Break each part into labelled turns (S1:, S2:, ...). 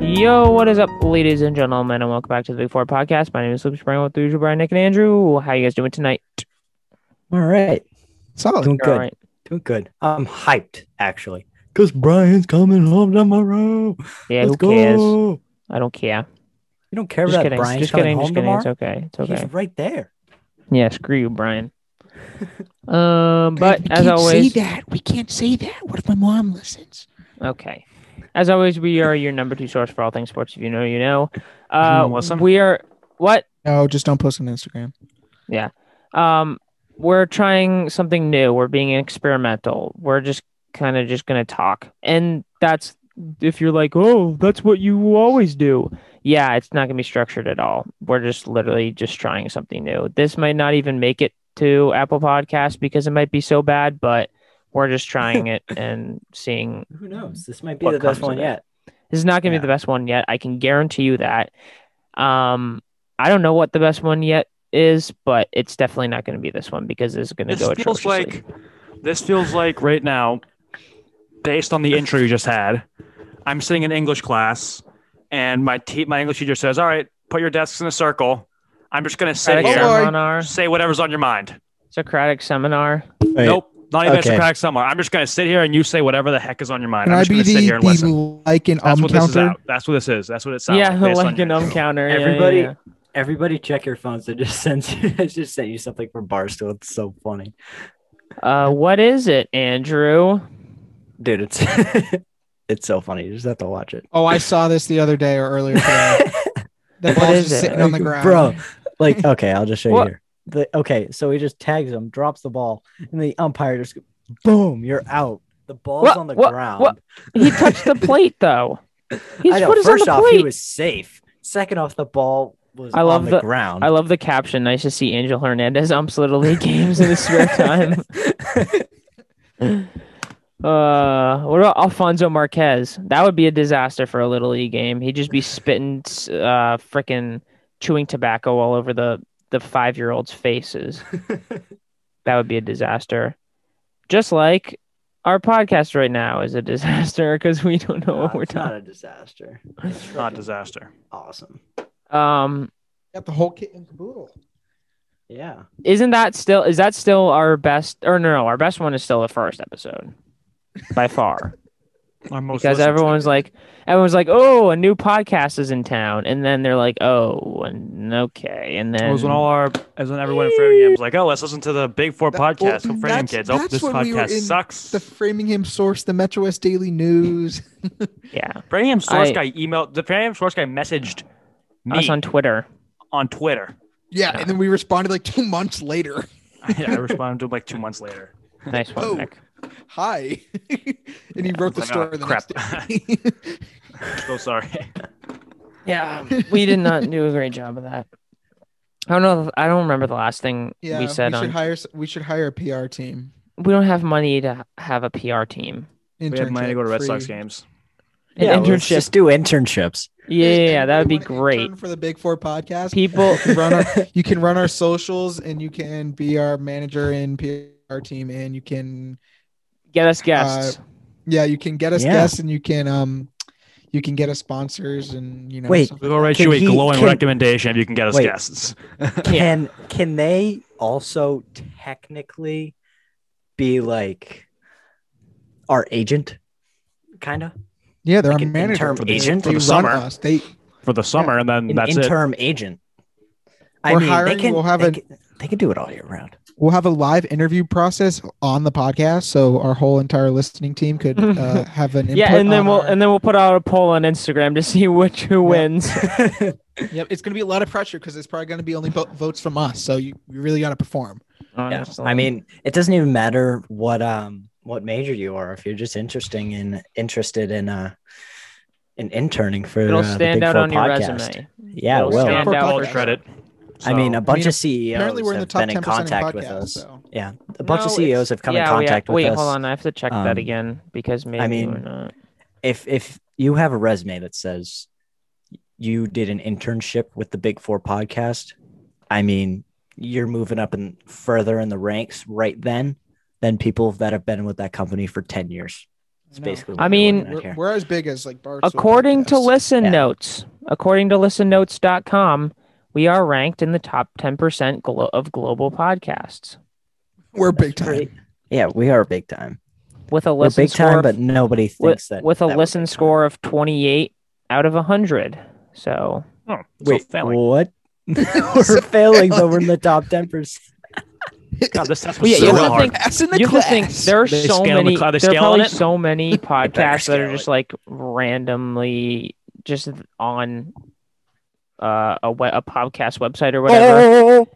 S1: Yo, what is up, ladies and gentlemen, and welcome back to the Big Four Podcast. My name is Luke Spring with the usual Brian, Nick, and Andrew. How you guys doing tonight?
S2: All right.
S3: Solid.
S2: Doing good.
S1: All right.
S2: Doing good. I'm hyped, actually. Because Brian's coming home tomorrow.
S1: Yeah,
S2: Let's
S1: who cares?
S2: go.
S1: I don't care.
S2: You don't care
S1: Just
S2: about
S1: kidding.
S2: Brian's
S1: just
S2: coming
S1: kidding.
S2: home
S1: Just kidding.
S2: tomorrow?
S1: It's okay. It's okay.
S2: He's right there.
S1: Yeah, screw you, Brian. um, but as always,
S3: that. We can't say that. What if my mom listens?
S1: okay. As always, we are your number two source for all things sports. If you know, you know. Uh,
S2: Isn't it Hmm, awesome?
S1: we are what?
S3: No, just don't post on Instagram.
S1: um we're trying something new we're being experimental we're just kind of just gonna talk and that's if you're like oh that's what you always do yeah it's not gonna be structured at all we're just literally just trying something new this might not even make it to apple podcast because it might be so bad but we're just trying it and seeing
S2: Who knows? This might be
S1: What
S2: the
S1: comes
S2: best
S1: of
S2: one
S1: it?
S2: yet.
S1: this is not going to
S2: Yeah.
S1: be the best one yet. I can guarantee you that. Um, I don't know what the best one yet is, but it's definitely not going to be this one because it's going to
S4: This
S1: go
S4: feels
S1: atrociously.
S4: like this feels like right now, based on the intro you just had, I'm sitting in English class, and my te- my English teacher says, "All right, put your desks in a circle. I'm just gonna sit
S1: Socratic
S4: here,
S3: Lord.
S1: seminar.
S4: say whatever's on your mind.
S1: Socratic seminar.
S2: Wait,
S4: Nope, not even
S2: Okay.
S4: a crack somewhere. I'm just gonna sit here and you say whatever the heck is on your mind.
S3: Can
S4: I'm
S3: I
S4: just
S3: be
S4: gonna sit
S3: the,
S4: here and listen.
S3: the like and
S4: That's
S3: um
S4: what this is
S3: counter?
S4: out. That's what this is. That's what it sounds.
S1: yeah,
S4: like, based
S1: like
S4: on
S1: an
S4: your
S1: um
S4: intro.
S1: counter. Yeah, yeah,
S2: Everybody-
S1: yeah.
S2: Everybody check your phones. It just sends you, it just sent you something from Barstool. It's so funny.
S1: Uh, what is it, Andrew?
S2: Dude, it's it's so funny. You just have to watch it.
S3: Oh, I saw this the other day or earlier today. the
S1: What
S3: ball's
S1: is
S3: just
S1: it?
S3: sitting on the ground.
S2: Bro, like, okay, I'll just show
S1: What?
S2: you here. The, okay, so he just tags him, drops the ball, and the umpire just boom, you're out. The ball's
S1: What?
S2: on the
S1: What?
S2: ground.
S1: What? He touched the plate though. He's
S2: I know.
S1: foot is on
S2: First
S1: the
S2: off,
S1: plate.
S2: he was safe. Second off, the ball was
S1: I love
S2: on the,
S1: the-
S2: ground.
S1: I love the caption. Nice to see Angel Hernandez umps little league games in his spare time. Uh, what about Alfonso Marquez? That would be a disaster for a little league game. He'd just be spitting, uh, freaking chewing tobacco all over the the five year olds' faces. that would be a disaster. Just like our podcast right now is a disaster because we don't know
S2: No,
S1: what we're
S2: it's not
S1: talking.
S2: a disaster. It's
S4: Not
S2: freaking
S4: disaster.
S2: Awesome.
S1: Um,
S3: Got the whole kit and caboodle.
S2: Yeah.
S1: isn't that still is that still our best? Or no, no, our best one is still the first episode by far.
S4: Our most
S1: because
S4: listened to.
S1: everyone's like everyone's like oh a new podcast is in town and then they're like oh and okay and
S4: It
S1: then
S4: was when all our, as when everyone in Framingham was like, "Oh, let's listen to the Big Four
S3: That- well,
S4: podcast from Framingham
S3: that's-
S4: kids." Oh,
S3: that's
S4: this
S3: when we were
S4: podcast
S3: in
S4: sucks.
S3: The Framingham Source, the Metro West Daily News.
S1: yeah
S4: Framingham source
S1: I-
S4: guy emailed the Framingham source guy messaged me
S1: us on
S4: on,
S1: Twitter
S4: Twitter.
S3: Yeah,
S1: Yeah.
S3: and then we responded like two months later.
S4: I, I responded to him like two months later.
S1: nice one
S3: Oh.
S1: Nick
S3: Hi. and he wrote the
S4: it's
S3: story
S4: like, oh,
S3: the
S4: crap.
S3: next day.
S4: So sorry.
S1: yeah we did not do a great job of that I don't know I don't remember the last thing
S3: yeah,
S1: we said
S3: should
S1: on
S3: hire s- we should hire a PR team.
S1: we don't have money to have a PR team
S4: we have money to go to Red
S3: Internship
S4: Sox
S3: free.
S4: games.
S1: an
S2: yeah, let's
S1: internship
S2: just do internships.
S1: yeah yeah, yeah, that would be
S3: Anyone
S1: great
S3: intern for the Big Four podcast.
S1: people
S3: run our, you can run our socials and you can be our manager and PR team and you can uh,
S1: get us guests
S3: yeah you can get us
S2: Yeah.
S3: guests and you can um you can get us sponsors and you know
S2: Wait.
S3: stuff
S4: We'll go write
S2: Can
S4: you a
S2: he-
S4: glowing
S2: can-
S4: recommendation if you can get us
S2: Wait.
S4: guests.
S1: Yeah.
S2: Can can they also technically be like our agent? Kinda.
S3: yeah they're
S2: Like
S3: our
S2: an
S3: manager
S2: interim
S3: for the-
S2: agent
S3: they
S4: for the
S3: run
S4: summer.
S3: us. they
S4: For the summer, and then
S2: An
S4: that's
S2: interim agent. I
S3: We're
S2: mean,
S3: hiring,
S2: they can,
S3: we'll have
S2: they
S3: an-
S2: can, they can do it all year round.
S3: we'll have a live interview process on the podcast so our whole entire listening team could uh, have an input
S1: yeah and then
S3: on
S1: we'll
S3: our-
S1: and then we'll put out a poll on Instagram to see which who
S3: Yeah.
S1: wins
S3: yep it's going to be a lot of pressure because it's probably going to be only bo- votes from us so you, you really got to perform
S2: Yeah.
S1: Honestly.
S2: I mean, it doesn't even matter what um what major you are if you're just interesting in interested in uh in interning for
S1: it'll
S2: uh, the
S1: stand
S2: Big
S1: out
S2: Four
S1: on your
S2: podcast.
S1: resume
S2: Yeah, it
S1: It'll
S2: will.
S1: stand
S4: it.
S3: Four
S1: out.
S4: Full
S3: podcast.
S4: credit.
S2: I mean, a
S3: I
S2: bunch
S3: mean,
S2: of CEOs
S3: apparently we're in the
S2: have
S3: top
S2: been in
S3: 10% of
S2: contact with
S3: podcasts
S2: us.
S3: so
S2: Yeah, a bunch
S1: No,
S2: of
S1: it's-
S2: CEOs have come
S1: yeah,
S2: in
S1: we
S2: contact
S1: ha-
S2: with
S1: wait,
S2: us.
S1: hold on. I have to check that
S2: Um,
S1: again because maybe
S2: mean,
S1: we're not.
S2: If if you have a resume that says you did an internship with the Big Four podcast, I mean, you're moving up and further in the ranks right then than people that have been with that company for ten years. It's
S3: No.
S2: basically.
S1: I
S2: what we're
S1: mean-
S2: looking at
S3: We're,
S2: here.
S3: we're as big as like Barstool.
S1: According to
S3: Podcasts.
S1: Listen
S2: Yeah.
S1: Notes, according to listennotes.com, we are ranked in the top 10% glo- of global podcasts
S3: we're big time.
S2: pretty- yeah, we are big time.
S1: with a
S2: We're
S1: listen
S2: big
S1: score
S2: time,
S1: of-
S2: but nobody
S1: with,
S2: thinks that.
S1: with a
S2: that we're
S1: listen
S2: big time.
S1: score of 28 out of 100. So,
S4: Oh, so
S2: Wait,
S4: failing.
S2: what? we're failing, but we're in the top ten percent.
S4: God, this test
S1: Well,
S4: was
S1: yeah,
S4: so
S1: you have to
S4: hard.
S1: think-
S3: Passing the
S1: you have
S3: class.
S1: to think there are
S4: They
S1: so
S4: scaling the
S1: many
S4: cl- are they
S1: there are
S4: scaling
S1: probably
S4: it?
S1: so many podcasts that are
S2: scale
S1: just
S2: it.
S1: like randomly just on uh, a we- a podcast website or whatever.
S2: Oh,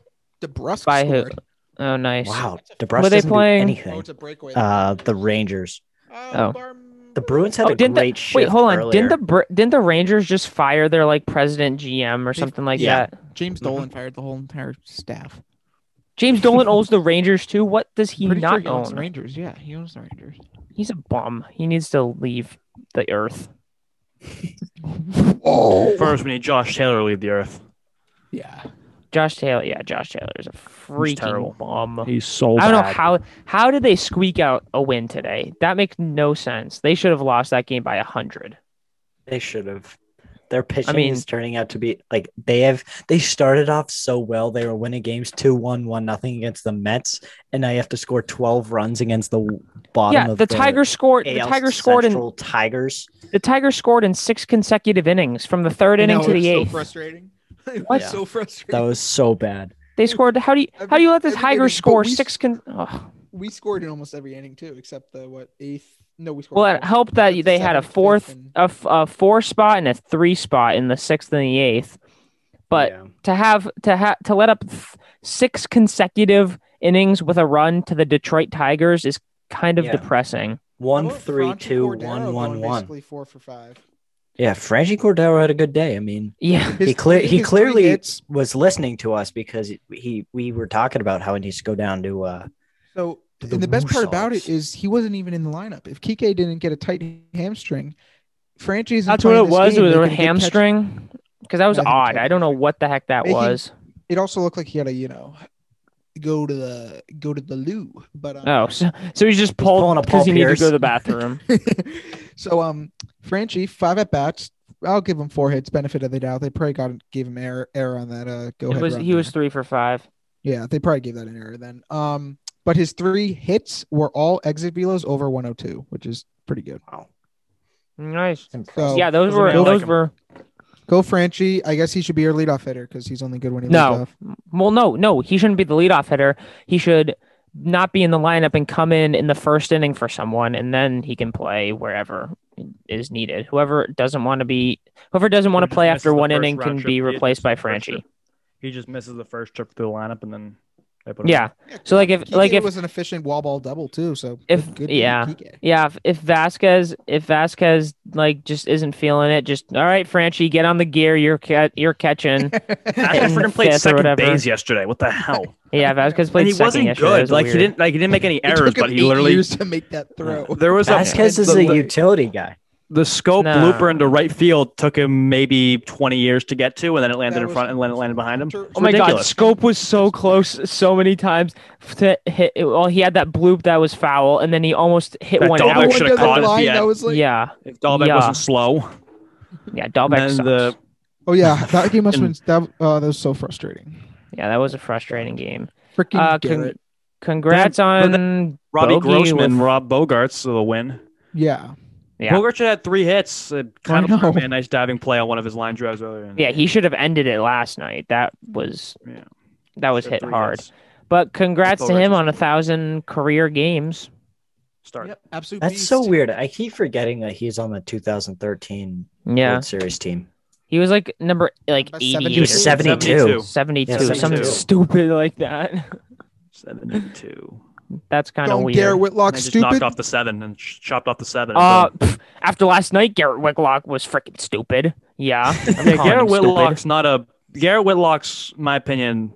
S3: DeBrusque
S1: By who?
S3: scored.
S1: Oh, nice.
S2: wow,
S1: Were
S2: DeBrusque
S1: they
S2: doesn't do
S1: playing-
S3: Oh,
S2: anything.
S3: it's a breakaway.
S2: Uh, the Rangers,
S1: oh.
S3: Barm-
S2: the Bruins had
S1: Oh,
S2: a
S1: didn't the-
S2: great shift.
S1: Wait, hold on.
S2: Earlier.
S1: Didn't the Br- didn't the Rangers just fire their like president GM or something like
S2: yeah. Mm-hmm.
S1: that?
S3: James Dolan fired the whole entire staff.
S1: James Dolan owns the Rangers too. What does he
S3: Pretty sure
S1: not
S3: he owns the
S1: own?
S3: Rangers. Yeah, he owns the Rangers.
S1: He's a bum. He needs to leave the earth.
S3: Oh,
S4: First, we need Josh Taylor to leave the earth.
S3: yeah.
S1: Josh Taylor, yeah, Josh Taylor is a
S4: terrible.
S1: freaking bum.
S4: He's so
S1: I don't know
S4: bad.
S1: how how did they squeak out a win today? That makes no sense. They should have lost that game by a hundred.
S2: They should have. Their pitching
S1: mean-
S2: is turning out to be like they have. They started off so well. They were winning games 2 1, 1 nothing against the Mets. And now you have to score 12 runs against the bottom
S1: Yeah,
S2: of
S1: the Tigers scored. The
S2: AL
S1: Tigers scored in
S2: Central Tigers.
S1: the Tigers scored in six consecutive innings from the third
S3: You
S1: inning
S3: know,
S1: to
S3: it was
S1: the
S3: so
S1: eighth.
S3: frustrating. It
S2: What?
S3: was so
S2: That
S3: frustrating.
S2: was so bad.
S1: They scored. How do you
S3: Every-
S1: how do you let the
S3: every
S1: Tigers
S3: inning, but
S1: score
S3: we-
S1: six? Con- oh.
S3: we scored in almost every inning too, except the what eighth. No, we scored.
S1: Well, it
S3: fourth,
S1: helped that
S3: fifth,
S1: they had a
S3: seventh, fifth,
S1: fourth,
S3: and-
S1: a, f- a four spot, and a three spot in the sixth and the eighth. But
S2: Yeah.
S1: to have to have to let up th- six consecutive innings with a run to the Detroit Tigers is kind of
S2: Yeah.
S1: depressing.
S2: one,
S3: How about
S2: three,
S3: Franchi
S2: two,
S3: Cordero
S2: one,
S3: going
S2: one, one.
S3: Basically four for five.
S2: Yeah, Franchi Cordero had a good day. I mean,
S1: Yeah,
S2: He
S3: His-
S2: clear-
S3: I think
S2: he
S3: his three
S2: clearly-
S3: hits-
S2: was listening to us because he we were talking about how he needs to go down to uh
S3: So,
S2: to
S3: and the best part about
S2: Woosocks.
S3: it is he wasn't even in the lineup. If Kike didn't get a tight hamstring, Franchi's.
S1: that's what it was. It was a hamstring because that was
S3: I think
S1: odd.
S3: so.
S1: I don't know what the heck that
S3: Making-
S1: was.
S3: It also looked like he had a you know, go to the go to the loo, but um,
S1: Oh, so, so he's just
S2: pulling
S1: pulled
S2: a Paul
S1: because he needed to
S2: Pierce.
S1: go to the bathroom.
S3: so um Franchi, five at bats. I'll give him four hits, benefit of the doubt. They probably got gave him error error on that uh go
S1: it
S3: ahead.
S1: was
S3: run
S1: he was
S3: there.
S1: three for five.
S3: yeah, they probably gave that an error then. Um but his three hits were all exit velos over 102, which is pretty good.
S2: wow.
S1: Nice.
S2: It's impressive.
S1: yeah, those
S4: doesn't
S1: were
S4: matter. I like
S1: those
S4: him.
S1: were
S3: Go Franchi. I guess he should be your leadoff hitter because he's only good when he leads
S1: no.
S3: off.
S1: Well, no, no, he shouldn't be the leadoff hitter. He should not be in the lineup and come in in the first inning for someone, and then he can play wherever is needed. Whoever doesn't want to be, whoever doesn't want
S4: He
S1: to
S4: just
S1: play
S4: misses
S1: after
S4: the
S1: one
S4: first
S1: inning
S4: round
S1: can
S4: trip.
S1: be
S4: He
S1: replaced
S4: misses
S1: by
S4: the first
S1: Franchi.
S4: trip. He just misses the first trip through the lineup and then they put him
S1: Yeah.
S4: in.
S1: So like if
S3: Kike
S1: like if
S3: was an efficient wall ball double too. So
S1: If-
S3: good, good
S1: yeah.
S3: Kike.
S1: yeah if, if Vasquez if Vasquez like just isn't feeling it, just all right, Franchi, get on the gear. You're ca- you're catching.
S4: Actually,
S1: in the
S4: freaking played
S1: fifth or
S4: second
S1: whatever.
S4: base yesterday. What the hell?
S1: Yeah, Vasquez played
S4: and he
S1: second
S4: wasn't
S1: yesterday. That
S4: good.
S1: was
S4: Like he
S1: weird.
S4: didn't like he didn't make any
S3: It
S4: errors,
S3: took him
S4: but he
S3: eight
S4: literally
S3: years to make that throw.
S4: there was a
S2: Vasquez is
S4: the-
S2: a
S4: the-
S2: utility guy.
S4: the scope
S1: Nah.
S4: blooper into right field took him maybe 20 years to get to, and then it landed
S3: That
S4: in
S3: was-
S4: front and then it landed behind him.
S3: Tur-
S4: It's
S1: Oh my god,
S4: ridiculous.
S1: scope was so close so many times to hit. Well, he had that bloop that was foul, and then he almost hit
S4: That
S1: one
S4: double
S1: out.
S4: Dahlbeck should've
S3: does a
S4: caught it at the
S3: line
S4: end.
S3: that was like,
S1: yeah,
S4: If Dahlbeck
S1: Yeah.
S4: wasn't slow,
S1: yeah,
S4: and
S1: Dahlbeck
S4: then
S1: sucks.
S4: the
S3: Oh yeah, that game must have
S4: And-
S3: been that, uh, that was so frustrating.
S1: Yeah, that was a frustrating game.
S3: Freaking
S1: Uh, con-
S3: Garrett.
S1: congrats
S4: Then-
S1: on
S4: then Robbie
S1: Bogey
S4: Grossman,
S1: with-
S4: Rob Bogarts to the win.
S3: yeah,
S1: Yeah.
S4: Bogart should have had three hits. It kind
S3: I
S4: of
S3: know.
S4: made a nice diving play on one of his line drives earlier. in the
S1: yeah,
S4: game.
S1: he should have ended it last night. That was
S4: Yeah.
S1: that was
S4: Should have
S1: hit
S4: three
S1: hard.
S4: hits.
S1: But congrats to
S4: Bogarts
S1: him
S4: is-
S1: on a thousand career games.
S4: Start.
S3: absolute.
S2: That's so weird. I keep forgetting that he's on the 2013
S1: Yeah,
S2: World Series team.
S1: he was like number like
S3: Number
S1: eighty.
S3: 72.
S2: He was 72.
S4: 72.
S1: 72,
S2: Yeah,
S1: something
S4: 72.
S1: stupid like that.
S4: 72.
S1: That's kind of
S3: Don't
S1: weird.
S3: Garrett Whitlock,
S4: And I just knocked
S3: stupid.
S4: off the seven and ch- chopped off the seven.
S1: Uh,
S4: So-
S1: pff, after last night, Garrett Whitlock was freaking stupid. Yeah, I'm calling
S4: yeah,
S1: him
S4: Garrett
S1: stupid.
S4: Whitlock's not a Garrett Whitlock's. My opinion,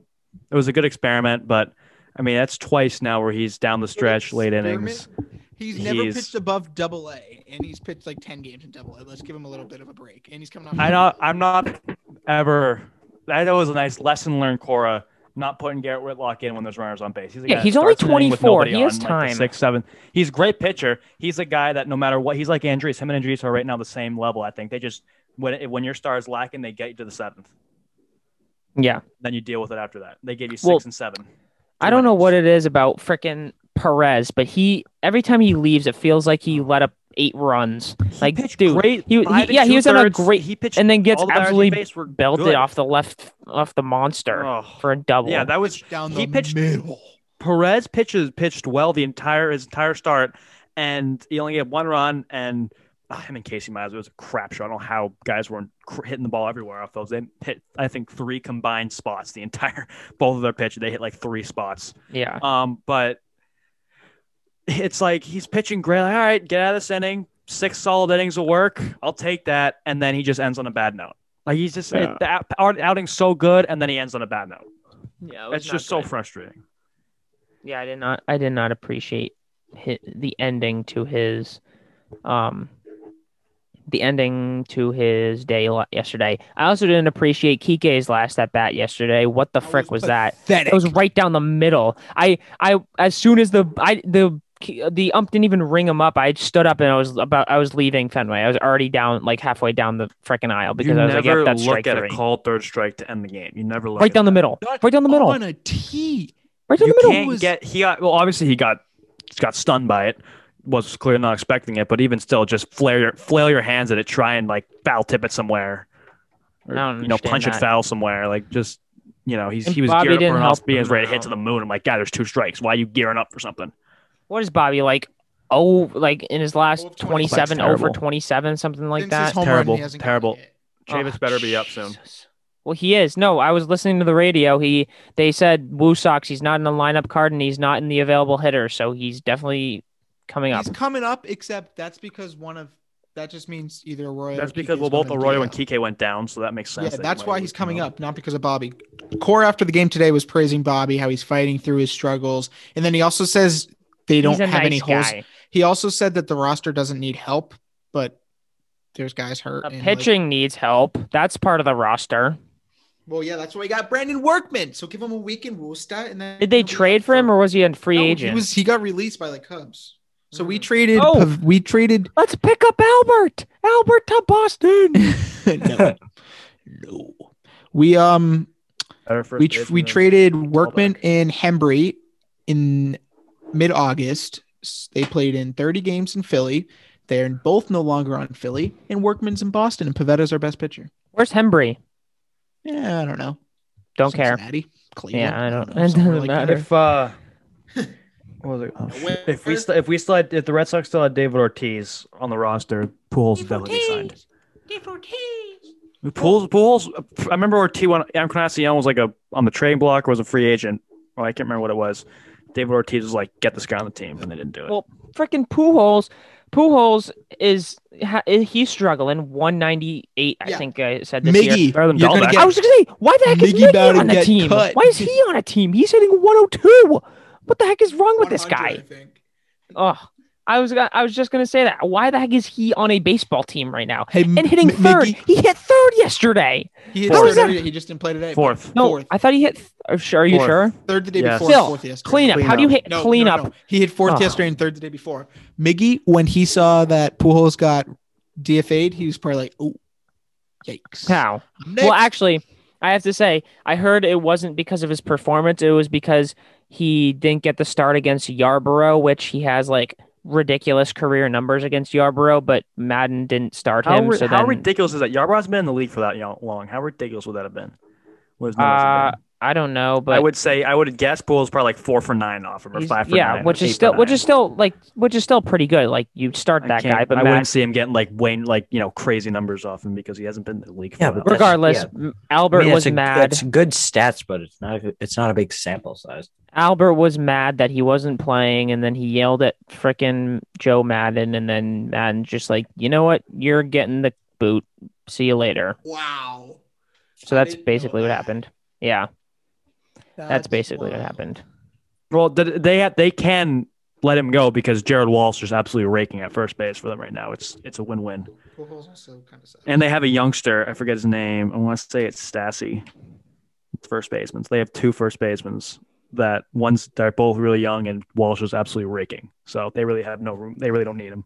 S4: it was a good experiment, but I mean that's twice now where he's down the stretch, late innings.
S3: He's never
S4: He's-
S3: pitched above Double A, and he's pitched like ten games in Double A. Let's give him a little bit of a break, and he's coming off.
S4: I not, I'm not ever. That was a nice lesson learned, Cora. not putting Garrett Whitlock in when there's runners on base. He's a
S1: Yeah,
S4: guy
S1: he's
S4: that
S1: only
S4: starts an inning with
S1: 24.
S4: nobody
S1: He has
S4: on, like, the
S1: time.
S4: sixth, seventh. He's a great pitcher. He's a guy that no matter what, he's like Andrees. Him and Andrees are right now the same level. I think they just when when your star is lacking, they get you to the seventh.
S1: Yeah.
S4: Then you deal with it after that. They give you six
S1: Well,
S4: and seven.
S1: I don't know what it is about frickin' Perez, but he every time he leaves, it feels like he let up eight runs. Like,
S4: pitched
S1: dude,
S4: great.
S1: he-
S4: five
S1: he-
S4: and
S1: yeah, he was on a
S4: two-thirds.
S1: great-
S4: He pitched
S1: and then gets
S4: all the batters he
S1: absolutely
S4: faced were
S1: belted
S4: good.
S1: off the left off the monster
S4: Oh.
S1: for a double.
S4: Yeah, that was
S3: down the
S4: He pitched-
S3: middle.
S4: Perez pitches pitched well the entire his entire start, and he only had one run. And ah, him and Casey Mize it was a crap show. I don't know how guys weren't cr- hitting the ball everywhere off those. They hit I think three combined spots the entire both of their pitches. They hit like three spots.
S1: yeah.
S4: Um, but it's like he's pitching great. Like, All right, get out of this inning. Six solid innings will work. I'll take that. And then he just ends on a bad note. Like he's just
S1: Yeah.
S4: it, the out- out- outing's so good, and then he ends on a bad note.
S1: yeah
S4: It's just so frustrating.
S1: Yeah, I did not. I did not appreciate hi the ending to his, um, the ending to his day la- yesterday. I also didn't appreciate Kike's last at bat yesterday. What the frick was, that?
S3: pathetic.
S1: It was right down the middle. I, I, as soon as the I the the ump didn't even ring him up. I stood up and I was about I was leaving Fenway. I was already down like halfway down the frickin' aisle Oh, because
S4: you
S1: I was like,
S4: never
S1: yep, that's
S4: look
S1: strike
S4: at
S1: three.
S4: a called third strike to end the game. You never look
S1: right
S4: at
S1: down the
S4: that.
S1: middle. Right down the middle.
S3: on a tee.
S1: Right down
S4: You
S1: the middle.
S4: can't
S3: was-
S4: get he got well. Obviously, he got got stunned by it. Was clearly not expecting it, but even still, just flare your flail your hands at it. Try and like foul tip it somewhere.
S1: I don't
S4: you know,
S1: understand
S4: punch
S1: that.
S4: it foul somewhere. Like just you know, he's
S1: And
S4: he was
S1: Bobby
S4: geared up
S1: didn't
S4: for an
S1: help
S4: off speed.
S1: him
S4: He's ready to
S1: out.
S4: hit to the moon. I'm like, God, there's two strikes. Why are you gearing up for something?
S1: what is Bobby like? Oh, like in his
S3: Oh,
S1: last
S3: 20.
S1: 27,
S4: That's
S1: oh for
S4: terrible.
S1: 27, something like
S3: Since his
S1: that.
S3: home
S4: Terrible,
S3: Run, he hasn't gotten
S4: terrible.
S3: a hit.
S4: Travis
S1: Oh,
S4: better be up soon.
S1: Jesus. Well, he is. No, I was listening to the radio. He they said Woo Sox. He's not in the lineup card and he's not in the available hitter, so he's definitely coming up.
S3: He's coming up, except that's because one of that just means either Arroyo.
S4: That's
S3: or
S4: because
S3: Kike's
S4: well, both
S3: going
S4: Arroyo
S3: DL.
S4: and Kike went down, so that makes sense.
S3: Yeah,
S4: that he
S3: that's
S4: might
S3: why
S4: lose
S3: he's
S4: the
S3: coming
S4: moon.
S3: up, not because of Bobby. Core after the game today was praising Bobby, how he's fighting through his struggles, and then he also says they don't
S1: He's a
S3: have
S1: nice
S3: any holes.
S1: guy.
S3: He also said that the roster doesn't need help, but there's guys hurt.
S1: The
S3: and, like-
S1: pitching needs help. That's part of the roster.
S3: well, yeah, that's why we got Brandon Workman. So give him a week in Woosta, and then
S1: Did they trade for him or was he a free
S3: No,
S1: agent?
S3: He was he got released by the Cubs. So we
S1: Mhm.
S3: traded.
S1: Oh.
S3: Pav- we traded.
S1: Let's pick up Albert. Albert to Boston.
S3: no, no. We um
S4: Better for
S3: we
S4: his
S3: tr-
S4: kid
S3: we
S4: than-
S3: traded Workman
S4: Callback.
S3: and Hembry in mid August. They played in 30 games in Philly. They're both no longer on Philly, and Workman's in Boston, and Pavetta's our best pitcher.
S1: Where's Hembry?
S3: Yeah, I don't know.
S1: Don't care.
S3: Cincinnati, Cleveland.
S1: Yeah, I don't.
S3: know,
S1: It
S3: somewhere
S1: doesn't
S3: like that.
S1: matter.
S4: If uh, what was it? Oh, shit. if we st- if we still had, if the Red Sox still had David Ortiz on the roster, Pujols is definitely signed. Pujols, Pujols. I remember Ortiz when Encarnacion was like a on the trade block or was a free agent. Well, I can't remember what it was. David Ortiz was like, get this guy on the team, and they didn't do it.
S1: Well, freaking Pujols. Pujols is ha, he's struggling. One ninety eight, I
S3: Yeah.
S1: think I said this year.
S3: Miggy,
S4: Better than
S3: you're gonna
S4: Dahlbeck.
S3: get
S1: I was gonna say, why the heck is
S3: Miggy
S1: Miggy
S3: about to
S1: on the
S3: get
S1: team?
S3: cut.
S1: Why is he on a team? He's hitting one hundred two. What the heck is wrong with this
S3: 100, I
S1: guy?
S3: think.
S1: Oh, I was gonna- I was just gonna say that. Why the heck is he on a baseball team right now?
S3: Hey,
S1: And hitting
S3: M-
S1: third.
S3: Miggy,
S1: He hit third yesterday.
S3: he, hit
S1: How
S3: third
S1: is that-
S3: every- he just didn't play today.
S4: Fourth.
S1: No,
S3: Fourth.
S1: I thought he hit. Are you are you
S4: Fourth.
S1: sure?
S3: Third the day
S4: Yes.
S3: before, and
S1: Still,
S3: fourth yesterday.
S1: Cleanup. How do you hit
S3: No,
S1: cleanup?
S3: No, no. He hit fourth
S1: Ugh.
S3: yesterday and third the day before. Miggy, when he saw that Pujols got DFA'd, he was probably like, "Oh, yikes!"
S1: How?
S3: Next.
S1: Well, actually, I have to say, I heard it wasn't because of his performance. It was because he didn't get the start against Yarborough, which he has like ridiculous career numbers against Yarborough, but Madden didn't start
S4: How,
S1: him.
S4: ri-
S1: so
S4: how
S1: then,
S4: ridiculous is that? Yarbrough's been in the league for that yo- long. How ridiculous would that have been? What his numbers have
S1: uh,
S4: been?
S1: I don't know,
S4: I
S1: but
S4: would say I would guess Pujols probably like four for nine off him or
S1: he's-
S4: five for
S1: yeah,
S4: nine,
S1: which
S4: or eight
S1: is
S4: for
S1: still which
S4: nine.
S1: is still like which is still pretty good. Like you start
S4: I
S1: that
S4: can't-
S1: guy, but
S4: I
S1: Madden
S4: wouldn't see him getting like Wayne, like you know, crazy numbers off him because he hasn't been in the league. For
S2: Yeah,
S4: that
S2: but
S4: long.
S2: that's-
S1: regardless,
S2: yeah.
S1: m- Albert
S2: mean,
S1: was
S2: it's a-
S1: mad.
S2: It's good stats, but it's not. A, it's not a big sample size.
S1: Albert was mad that he wasn't playing, and then he yelled at frickin' Joe Madden, and then Madden just like, you know what, you're getting the boot. See you later.
S3: Wow.
S1: So
S3: I
S1: that's
S3: didn't know
S1: basically what
S3: that.
S1: happened. Yeah, that's basically what
S3: wild.
S1: happened.
S4: Well, th- they ha- they can let him go because Jared Walsh is absolutely raking at first base for them right now. It's it's a win win,
S3: Pujols also kind of sad.
S4: and they have a youngster. I forget his name. I want to say it's Stassi. It's first basemans. They have two first basemans that one's they're both really young and Walsh is absolutely raking. So they really have no room. They really don't need him.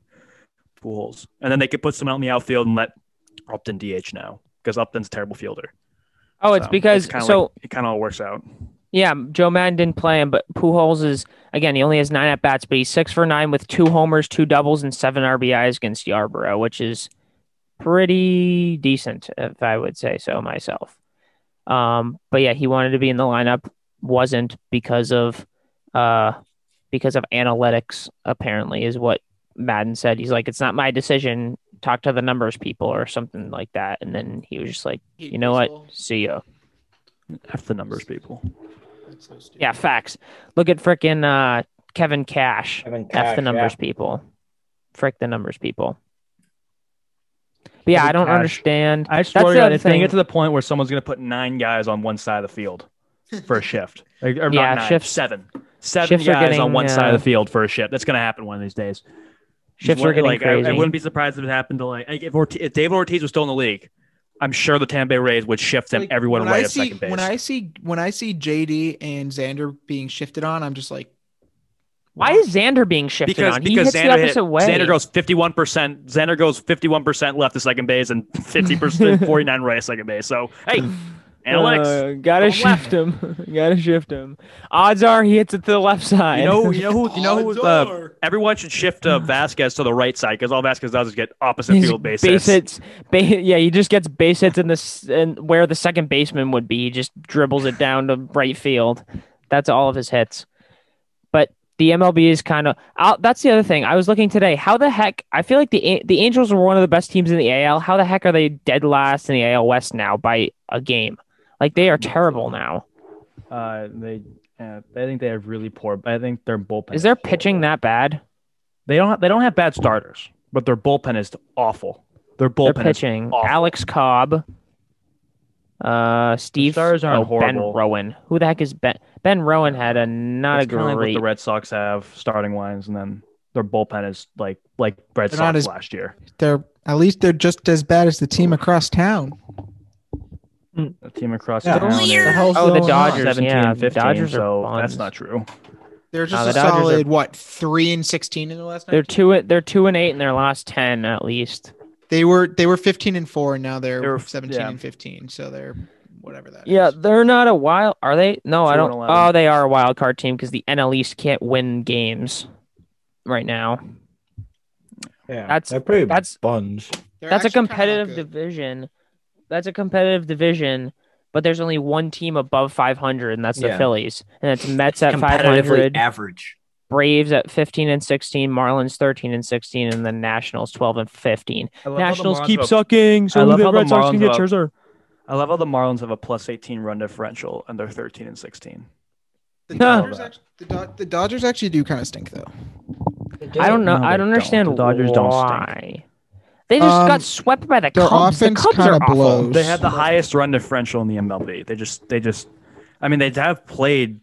S4: Pools. And then they could put someone out in the outfield and let Upton DH now because Upton's a terrible fielder.
S1: Oh, it's
S4: So
S1: because
S4: kinda
S1: so
S4: like- it kind of all works out.
S1: yeah, Joe Madden didn't play him, but Pujols is again he only has nine at bats, but he's six for nine with two homers, two doubles, and seven RBIs against Yarborough, which is pretty decent, if I would say so myself. Um, but yeah, he wanted to be in the lineup, wasn't because of uh because of analytics, apparently, is what Madden said. He's like, It's not my decision, talk to the numbers people or something like that. And then he was just like, You know what? See ya.
S4: F the numbers, people.
S1: Yeah, facts. Look at frickin' uh, Kevin Cash.
S2: Kevin
S1: F
S2: Cash,
S1: the numbers people. Frick the numbers people. But yeah,
S4: Kevin
S1: I don't
S4: Cash.
S1: understand.
S4: I just
S1: That's
S4: worry
S1: the
S4: that
S1: other
S4: if they
S1: thing.
S4: get to the point where someone's going to put nine guys on one side of the field for a shift. Like, or
S1: Yeah,
S4: not nine,
S1: shifts-
S4: seven. Seven
S1: shifts are
S4: guys
S1: getting,
S4: on one side
S1: uh,
S4: of the field for a shift. That's going to happen one of these days.
S1: Shifts
S4: One-
S1: are getting
S4: like, I-
S1: crazy.
S4: I, wouldn't be surprised if it happened to like, like, if, Ortiz, if David Ortiz was still in the league. I'm sure the Tampa Bay Rays would shift them
S3: Like,
S4: everyone
S3: when
S4: right
S3: I
S4: at
S3: see
S4: second base.
S3: when I see when I see JD and Xander being shifted on, I'm just like,
S1: Why is Xander being shifted
S4: because
S1: on? He
S4: because
S1: hits
S4: Xander
S1: the
S4: hit-
S1: opposite way.
S4: Xander goes 51 percent. Xander goes 51 percent left to second base and 50 percent 49 right to second base. So hey, analytics.
S1: Uh, gotta
S4: Go
S1: shift him. gotta shift him. Odds are he hits it to the left side.
S4: you know, you know who, you know who, uh,
S3: Odor.
S4: everyone should shift uh, Vasquez to the right side because all Vasquez does is get opposite
S1: He's
S4: field bases.
S1: base hits. Ba- yeah, he just gets base hits in this and where the second baseman would be. He just dribbles it down to right field. That's all of his hits. But the MLB is kind of out. That's the other thing. I was looking today. How the heck? I feel like the A- the Angels were one of the best teams in the AL. How the heck are they dead last in the AL West now by a game? Like they are terrible now.
S4: Uh, they, uh, I think they have really poor. I think their bullpen
S1: Is their pitching that bad?
S4: They don't. They don't have bad starters, but their bullpen is awful. Their
S1: They're
S4: bullpen is
S1: pitching.
S4: awful.
S1: Alex Cobb. Uh, Steve.
S4: stars aren't
S1: oh, Ben
S4: horrible.
S1: Rowan. Who the heck is Ben? Ben Rowan had a not
S4: That's
S1: a
S4: kinda like what
S1: great.
S4: the Red Sox have starting lines, and then their bullpen is like like Red
S3: They're not
S4: Sox
S3: as-
S4: last year.
S3: they're at least they're just as bad as the team across town.
S4: The team across
S2: Yeah.
S4: town is
S3: The hell's
S1: oh, the
S3: going on?
S1: Dodgers.
S4: 17
S1: yeah,
S4: and 15,
S1: Dodgers are
S4: so
S1: buns.
S4: that's not true.
S3: They're just
S1: the
S3: a
S1: Dodgers are-
S3: solid what three and sixteen in the last.
S1: They're
S3: Night?
S1: two. They're two and eight in their last ten, at least.
S3: They were they were fifteen and four, and now they're,
S4: They were-
S3: seventeen
S4: yeah.
S3: and fifteen. So they're whatever that.
S1: Yeah,
S3: is.
S1: they're not a wild. Are they? No, I
S4: Two
S1: don't.
S4: and 11.
S1: Oh, they are a wild card team because the NL East can't win games right now.
S2: Yeah,
S1: That's-
S2: they're pretty
S1: that's-
S2: buns.
S3: They're
S1: That's a
S3: actually kinda not
S1: competitive
S3: good.
S1: division. That's a competitive division, but there's only one team above 500, and that's the
S2: Yeah.
S1: Phillies. And it's Mets at
S2: Competitively
S1: 500,
S2: average.
S1: Braves at 15 and 16, Marlins 13 and 16, and the Nationals 12 and 15. Nationals keep sucking,
S4: I
S1: so
S4: love
S1: the
S4: how the
S1: Red Sox can
S4: Marlins
S1: get
S4: are-
S1: Scherzer.
S4: I love how the Marlins have a plus 18 run differential, and they're 13 and 16.
S3: The
S1: Huh.
S3: Dodgers, act- the, Do- the Dodgers actually do kind of stink though.
S1: I don't know.
S4: No,
S1: I
S4: they
S1: don't
S4: don't.
S1: understand
S4: The Dodgers don't stink.
S1: why. They just
S3: Um,
S1: got swept by the
S3: their
S1: Cubs. The
S3: offense
S1: Cubs are
S3: kinda
S1: awful.
S3: blows.
S4: They have the highest run differential in the MLB. They just, they just, I mean, they have played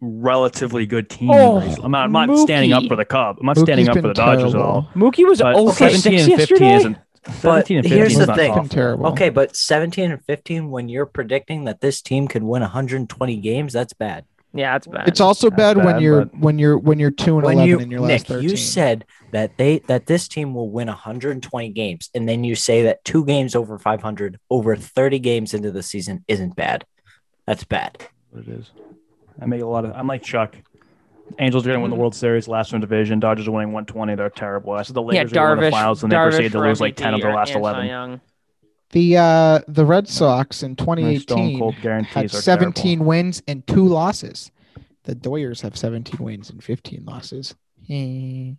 S4: relatively good teams.
S1: Oh,
S4: recently. I'm not, I'm not standing up
S1: Mookie.
S4: for the Cub. I'm not
S3: Mookie's
S4: standing up for
S3: been
S4: the Dodgers at all.
S1: Mookie was
S4: But
S1: 0 for 6
S4: 17 and 15
S1: yesterday.
S4: isn't. 17 and 15
S2: here's
S4: is
S2: the
S4: not
S2: thing.
S3: Been
S4: awful.
S3: terrible.
S2: Okay, but 17 and 15, when you're predicting that this team could win 120 games, that's bad.
S1: Yeah, that's bad.
S3: It's also
S4: That's
S3: bad, when
S4: bad,
S3: you're
S4: but-
S3: when you're when you're two and
S2: When
S3: eleven
S2: you,
S3: in your
S2: Nick,
S3: last thirteen.
S2: you said that they that this team will win 120 games, and then you say that two games over 500 over 30 games into the season isn't bad. That's bad.
S4: It is. I make a lot of. I'm like Chuck. Angels are going to win the World Series, last in the division. Dodgers are winning 120. They're terrible. I said the
S1: yeah,
S4: Lakers are going
S1: Darvish.
S4: to win the finals, and they
S1: Darvish
S4: proceed to
S1: for
S4: lose like
S1: MVP
S4: 10 of their
S1: or-
S4: last
S1: and Cy
S4: 11.
S1: Young.
S3: the uh, the Red Sox in
S4: Their Stone
S3: 2018
S4: Cold guarantees
S3: had
S4: are
S3: 17 wins and two losses. The Doyers have 17 wins and 15 losses. Eh.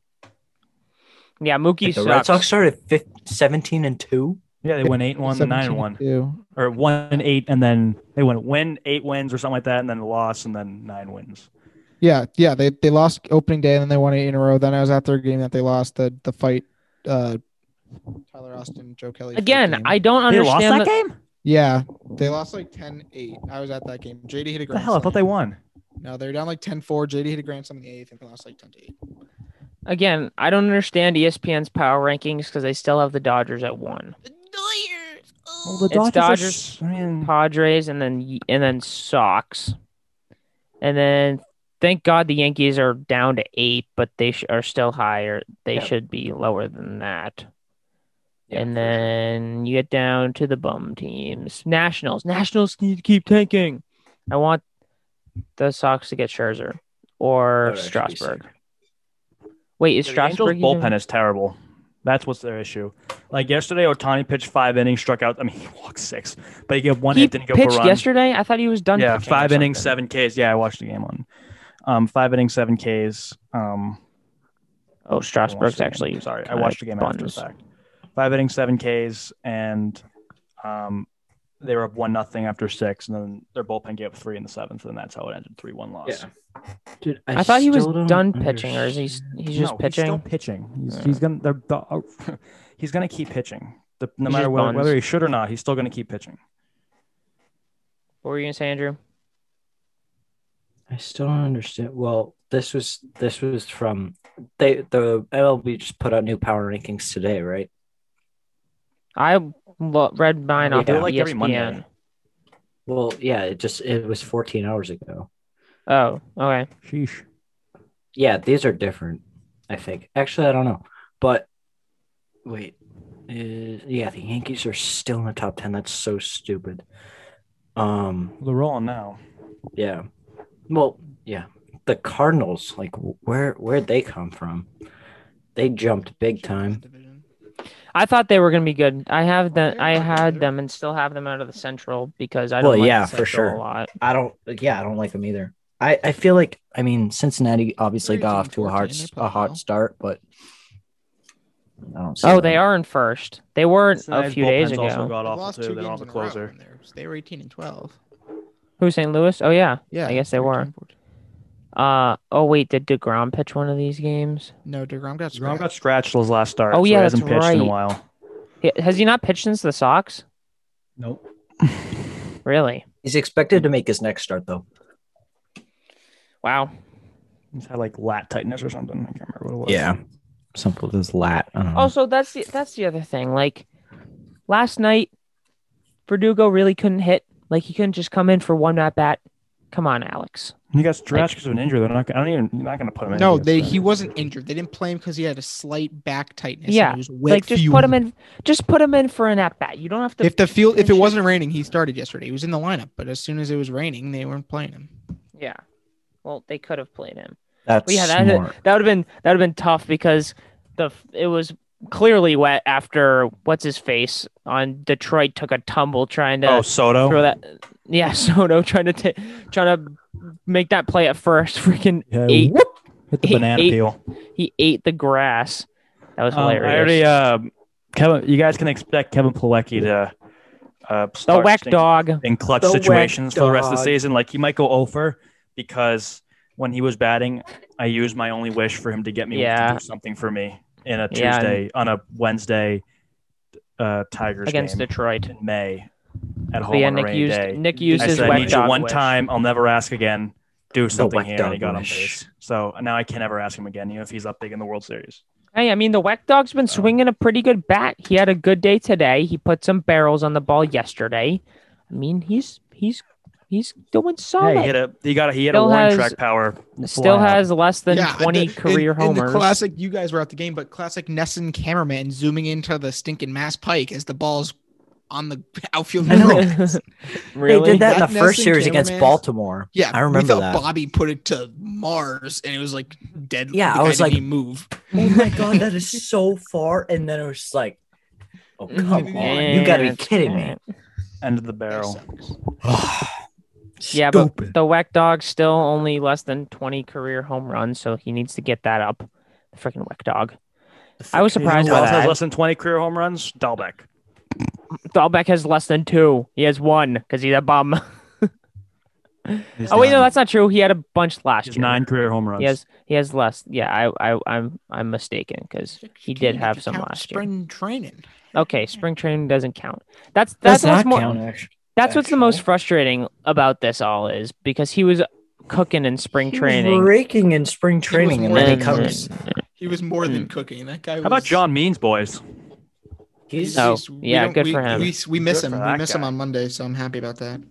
S1: Yeah, Mookie
S2: If the
S1: sucks.
S2: Red Sox started 15, 17 and 2.
S4: Yeah, they went eight one, then nine
S3: 17
S4: one,
S3: two.
S4: or one and eight, and then they went win eight wins or something like that, and then loss, and then nine wins.
S3: Yeah, yeah. They they lost opening day and then they won eight in a row. Then I was at their game that they lost the the fight. Uh, Tyler Austin, Joe Kelly. fight
S1: Again,
S3: game.
S1: I don't
S4: They lost
S1: understand.
S4: that
S1: the-
S4: game.
S3: yeah they lost like 10-8. I was at that game. JD hit a
S4: What the
S3: grand
S4: hell? I
S3: slam.
S4: thought they won.
S3: No, they were down like 10-4. JD hit a grand slam in the eighth and they lost like 10 to eight.
S1: Again, E I don't understand ESPN's power rankings because they still have the Dodgers at one.
S3: The Doyers.
S4: Well, the
S1: It's
S4: Dodgers. are
S1: Dodgers.
S4: s- I
S2: Mm-hmm.
S4: mean,
S1: Padres and then Ye- and then Sox, and then thank God the Yankees are down to eight, but they sh- are still higher. They
S2: Yeah.
S1: should be lower than that.
S2: Yeah,
S1: and
S2: for sure.
S1: then you get down to the bum teams. Nationals. Nationals need to keep tanking. I want the Sox to get Scherzer or
S2: That would actually be
S1: Strasburg. Wait, is
S4: the Angels'
S1: Strasburg even-
S4: bullpen is terrible. That's what's their issue. Like yesterday, Otani pitched five innings, struck out. I mean, he walked six, but he gave one
S1: he
S4: hit, didn't give up a
S1: pitched
S4: run.
S1: yesterday? I thought he was done.
S4: yeah,
S1: pitching or
S4: five innings,
S1: something.
S4: seven Ks. Yeah, I watched the game on. Um, five innings, seven Ks. Um,
S1: Oh,
S4: I watched
S1: Strasburg's
S4: the game.
S1: actually.
S4: Sorry, I
S1: kinda
S4: watched the game after the
S1: buns.
S4: fact. Five innings, seven Ks, and um, they were up one nothing after six, and then their bullpen gave up three in the seventh, and that's how it ended three one loss.
S2: Yeah.
S5: Dude,
S1: I, thought he was
S5: still don't
S1: done pitching, or is he?
S5: understand.
S1: He's just
S4: no,
S1: pitching.
S4: He's still pitching. He's,
S1: Yeah.
S4: he's gonna. They're, the- uh, he's gonna keep pitching. The, no
S1: He's
S4: matter
S1: just
S4: whether,
S1: buns.
S4: whether he should or not, he's still gonna keep pitching.
S1: What were you gonna say, Andrew?
S5: I still don't understand. Well,
S2: This was this was from they the MLB just put out new power rankings today, right?
S1: I lo- read mine
S2: Yeah,
S1: off E
S4: they do
S1: of
S4: it like
S1: ESPN.
S4: every Monday.
S2: Well, yeah, it just it was 14 hours ago.
S1: Oh, okay.
S4: Sheesh.
S2: Yeah, these are different, I think. Actually, I don't know. But wait. Uh, yeah, the Yankees are still in the top 10. That's so stupid. Um
S4: Well, they're rolling now.
S2: Yeah. Well, yeah. The Cardinals, like wh- where where'd they come from? They jumped big time.
S3: Division.
S1: I thought they were gonna be good. I have them.
S3: They're
S1: I
S3: not
S1: had
S3: good.
S1: them and still have them out of the Central because I don't.
S2: Well,
S1: like
S2: yeah,
S1: the
S2: for
S1: Central
S2: sure.
S1: A lot.
S2: I don't yeah, I don't like them either. I, I feel like I mean Cincinnati obviously got off to a hard
S3: 13,
S2: s-
S3: 14,
S2: a
S3: they played
S2: hard
S3: well.
S2: start, but I don't see
S1: Oh, they
S2: them.
S1: are in first. They weren't a
S4: Cincinnati's
S1: few days
S4: bullpen's
S1: ago.
S4: Also got
S3: They
S4: awful
S3: lost two
S4: too. They don't
S3: games
S4: have a
S3: in a row
S4: closer.
S3: from there. They were 18 and 12.
S1: Who St. Louis? Oh yeah.
S3: Yeah,
S1: I guess they
S3: 13
S1: were.
S3: and 14.
S1: Uh oh wait, did Degrom pitch one of these games?
S3: No, Degrom got
S4: Grom
S3: scratched.
S4: got scratched his last start.
S1: Oh,
S4: so
S1: yeah,
S4: he hasn't
S1: that's
S4: pitched in a
S1: right.
S4: while.
S1: He- Has he not pitched since the Sox?
S4: Nope.
S1: Really?
S2: He's expected to make his next start though.
S1: Wow.
S4: He's had like lat tightness or something. I can't remember what it was.
S2: Simple as lat. I don't know.
S1: Also, that's the that's the other thing. Like last night, Verdugo really couldn't hit. Like he couldn't just come in for one at bat. Come on, Alex.
S4: He got scratched because of an injury. They're not. I don't even. You're not gonna put him in.
S3: No,
S4: against
S3: they
S4: them.
S3: he wasn't injured. They didn't play him because he had a slight back tightness. and
S1: Yeah,
S3: he was wet
S1: like just
S3: fueled.
S1: put him in. Just put him in for an at bat. You don't have to.
S3: if the field, if it
S1: pinch
S3: wasn't raining, he started yesterday. He was in the lineup, but as soon as it was raining, they weren't playing him.
S1: yeah. Well, they could have played him.
S2: That's
S1: Well, yeah, that
S2: smart.
S1: that would have been that would have been tough because the it was clearly wet after what's his face on Detroit took a tumble trying to
S4: Oh, Soto.
S1: throw that. Yeah, Soto trying to ta trying to make that play at first. Freaking
S4: Yeah,
S1: eight
S4: whoop, hit the
S1: eight-
S4: banana
S1: eight-
S4: peel.
S1: he ate the grass. That was
S4: Um, I
S1: hilarious.
S4: already. Uh, Kevin, you guys can expect Kevin Pilecki to uh,
S1: the
S4: start
S1: whack
S4: stinking
S1: dog.
S4: in clutch
S2: The whack
S4: situations for the rest of the
S2: dog.
S4: season. Like he might go over because when he was batting, I used my only wish for him to get me
S1: Yeah.
S4: to do something for me in a
S1: Yeah, and-
S4: Tuesday on a Wednesday uh, Tigers
S1: Against
S4: game
S1: Detroit,
S4: in May
S1: but
S4: at home
S1: yeah,
S4: on a
S1: Nick
S4: rainy
S1: used
S4: day.
S1: Nick used
S4: I
S1: his
S4: said, I
S1: whack
S4: need you
S1: dog
S4: one
S1: wish.
S4: time. I'll never ask again. Do something
S2: whack
S4: here, and
S2: dog
S4: he got on
S2: wish.
S4: base. So now I can't ever ask him again. You know, if he's up big in the World Series,
S1: Hey, I mean the whack dog's
S4: Oh.
S1: been swinging a pretty good bat. He had a good day today. He put some barrels on the ball yesterday. I mean he's he's he's doing
S4: hey, he
S1: solid.
S4: hit a he got a, he hit a
S1: Still
S4: warning
S1: has-
S4: track power.
S1: Still
S4: fly out.
S1: has less than
S3: Yeah,
S1: twenty
S3: the- in-
S1: career
S3: in
S1: homers.
S3: the classic, you guys were at the game, but classic Nesson cameraman zooming into the stinking Mass Pike as the ball's on the outfield.
S2: I know. They
S1: really?
S2: did that in the
S3: Zach
S2: first
S3: Nelson,
S2: series against
S3: cameraman.
S2: Baltimore.
S3: Yeah,
S2: I remember
S3: we thought
S2: that.
S3: Bobby put it to Mars, and it was like dead.
S2: Yeah,
S3: the
S2: I
S3: guy
S2: was
S3: didn't
S2: like-
S3: even move.
S2: Oh my god, that is so far. And then it was like, oh come on, you gotta be kidding me.
S4: end of the barrel.
S1: Yeah, but the whack dog's still only less than twenty career home runs, so he needs to get that up. The freaking whack dog. I was surprised
S4: Who
S1: by
S4: else has
S1: that.
S4: less than 20 career home runs? Dahlbeck.
S1: Dahlbeck has less than two. He has one because he's a bum.
S4: He's
S1: oh wait, no,
S4: nine.
S1: that's not true. He had a bunch last
S4: He has
S1: year.
S4: nine career home runs.
S1: He has he has less. Yeah, I I I'm I'm mistaken because he did
S3: Can't
S1: have
S3: even
S1: some
S3: count
S1: last year.
S3: spring training.
S1: Okay, spring training doesn't count. That's that's what's more
S2: actually.
S1: that's what's the most
S2: actually.
S1: frustrating about this all is because he was cooking in spring training.
S2: raking in spring training, and then he
S1: And-
S2: comes.
S1: Hmm.
S3: He was more than cooking. That guy.
S4: How about
S3: was-
S4: John Means, boys?
S6: He's
S1: No.
S3: we
S1: Oh, yeah,
S3: don't-
S1: good
S3: we-
S1: for him.
S3: We, we miss
S4: Good
S3: him.
S4: for
S3: We
S4: that
S3: miss him
S4: guy.
S3: on Monday, so I'm happy about that.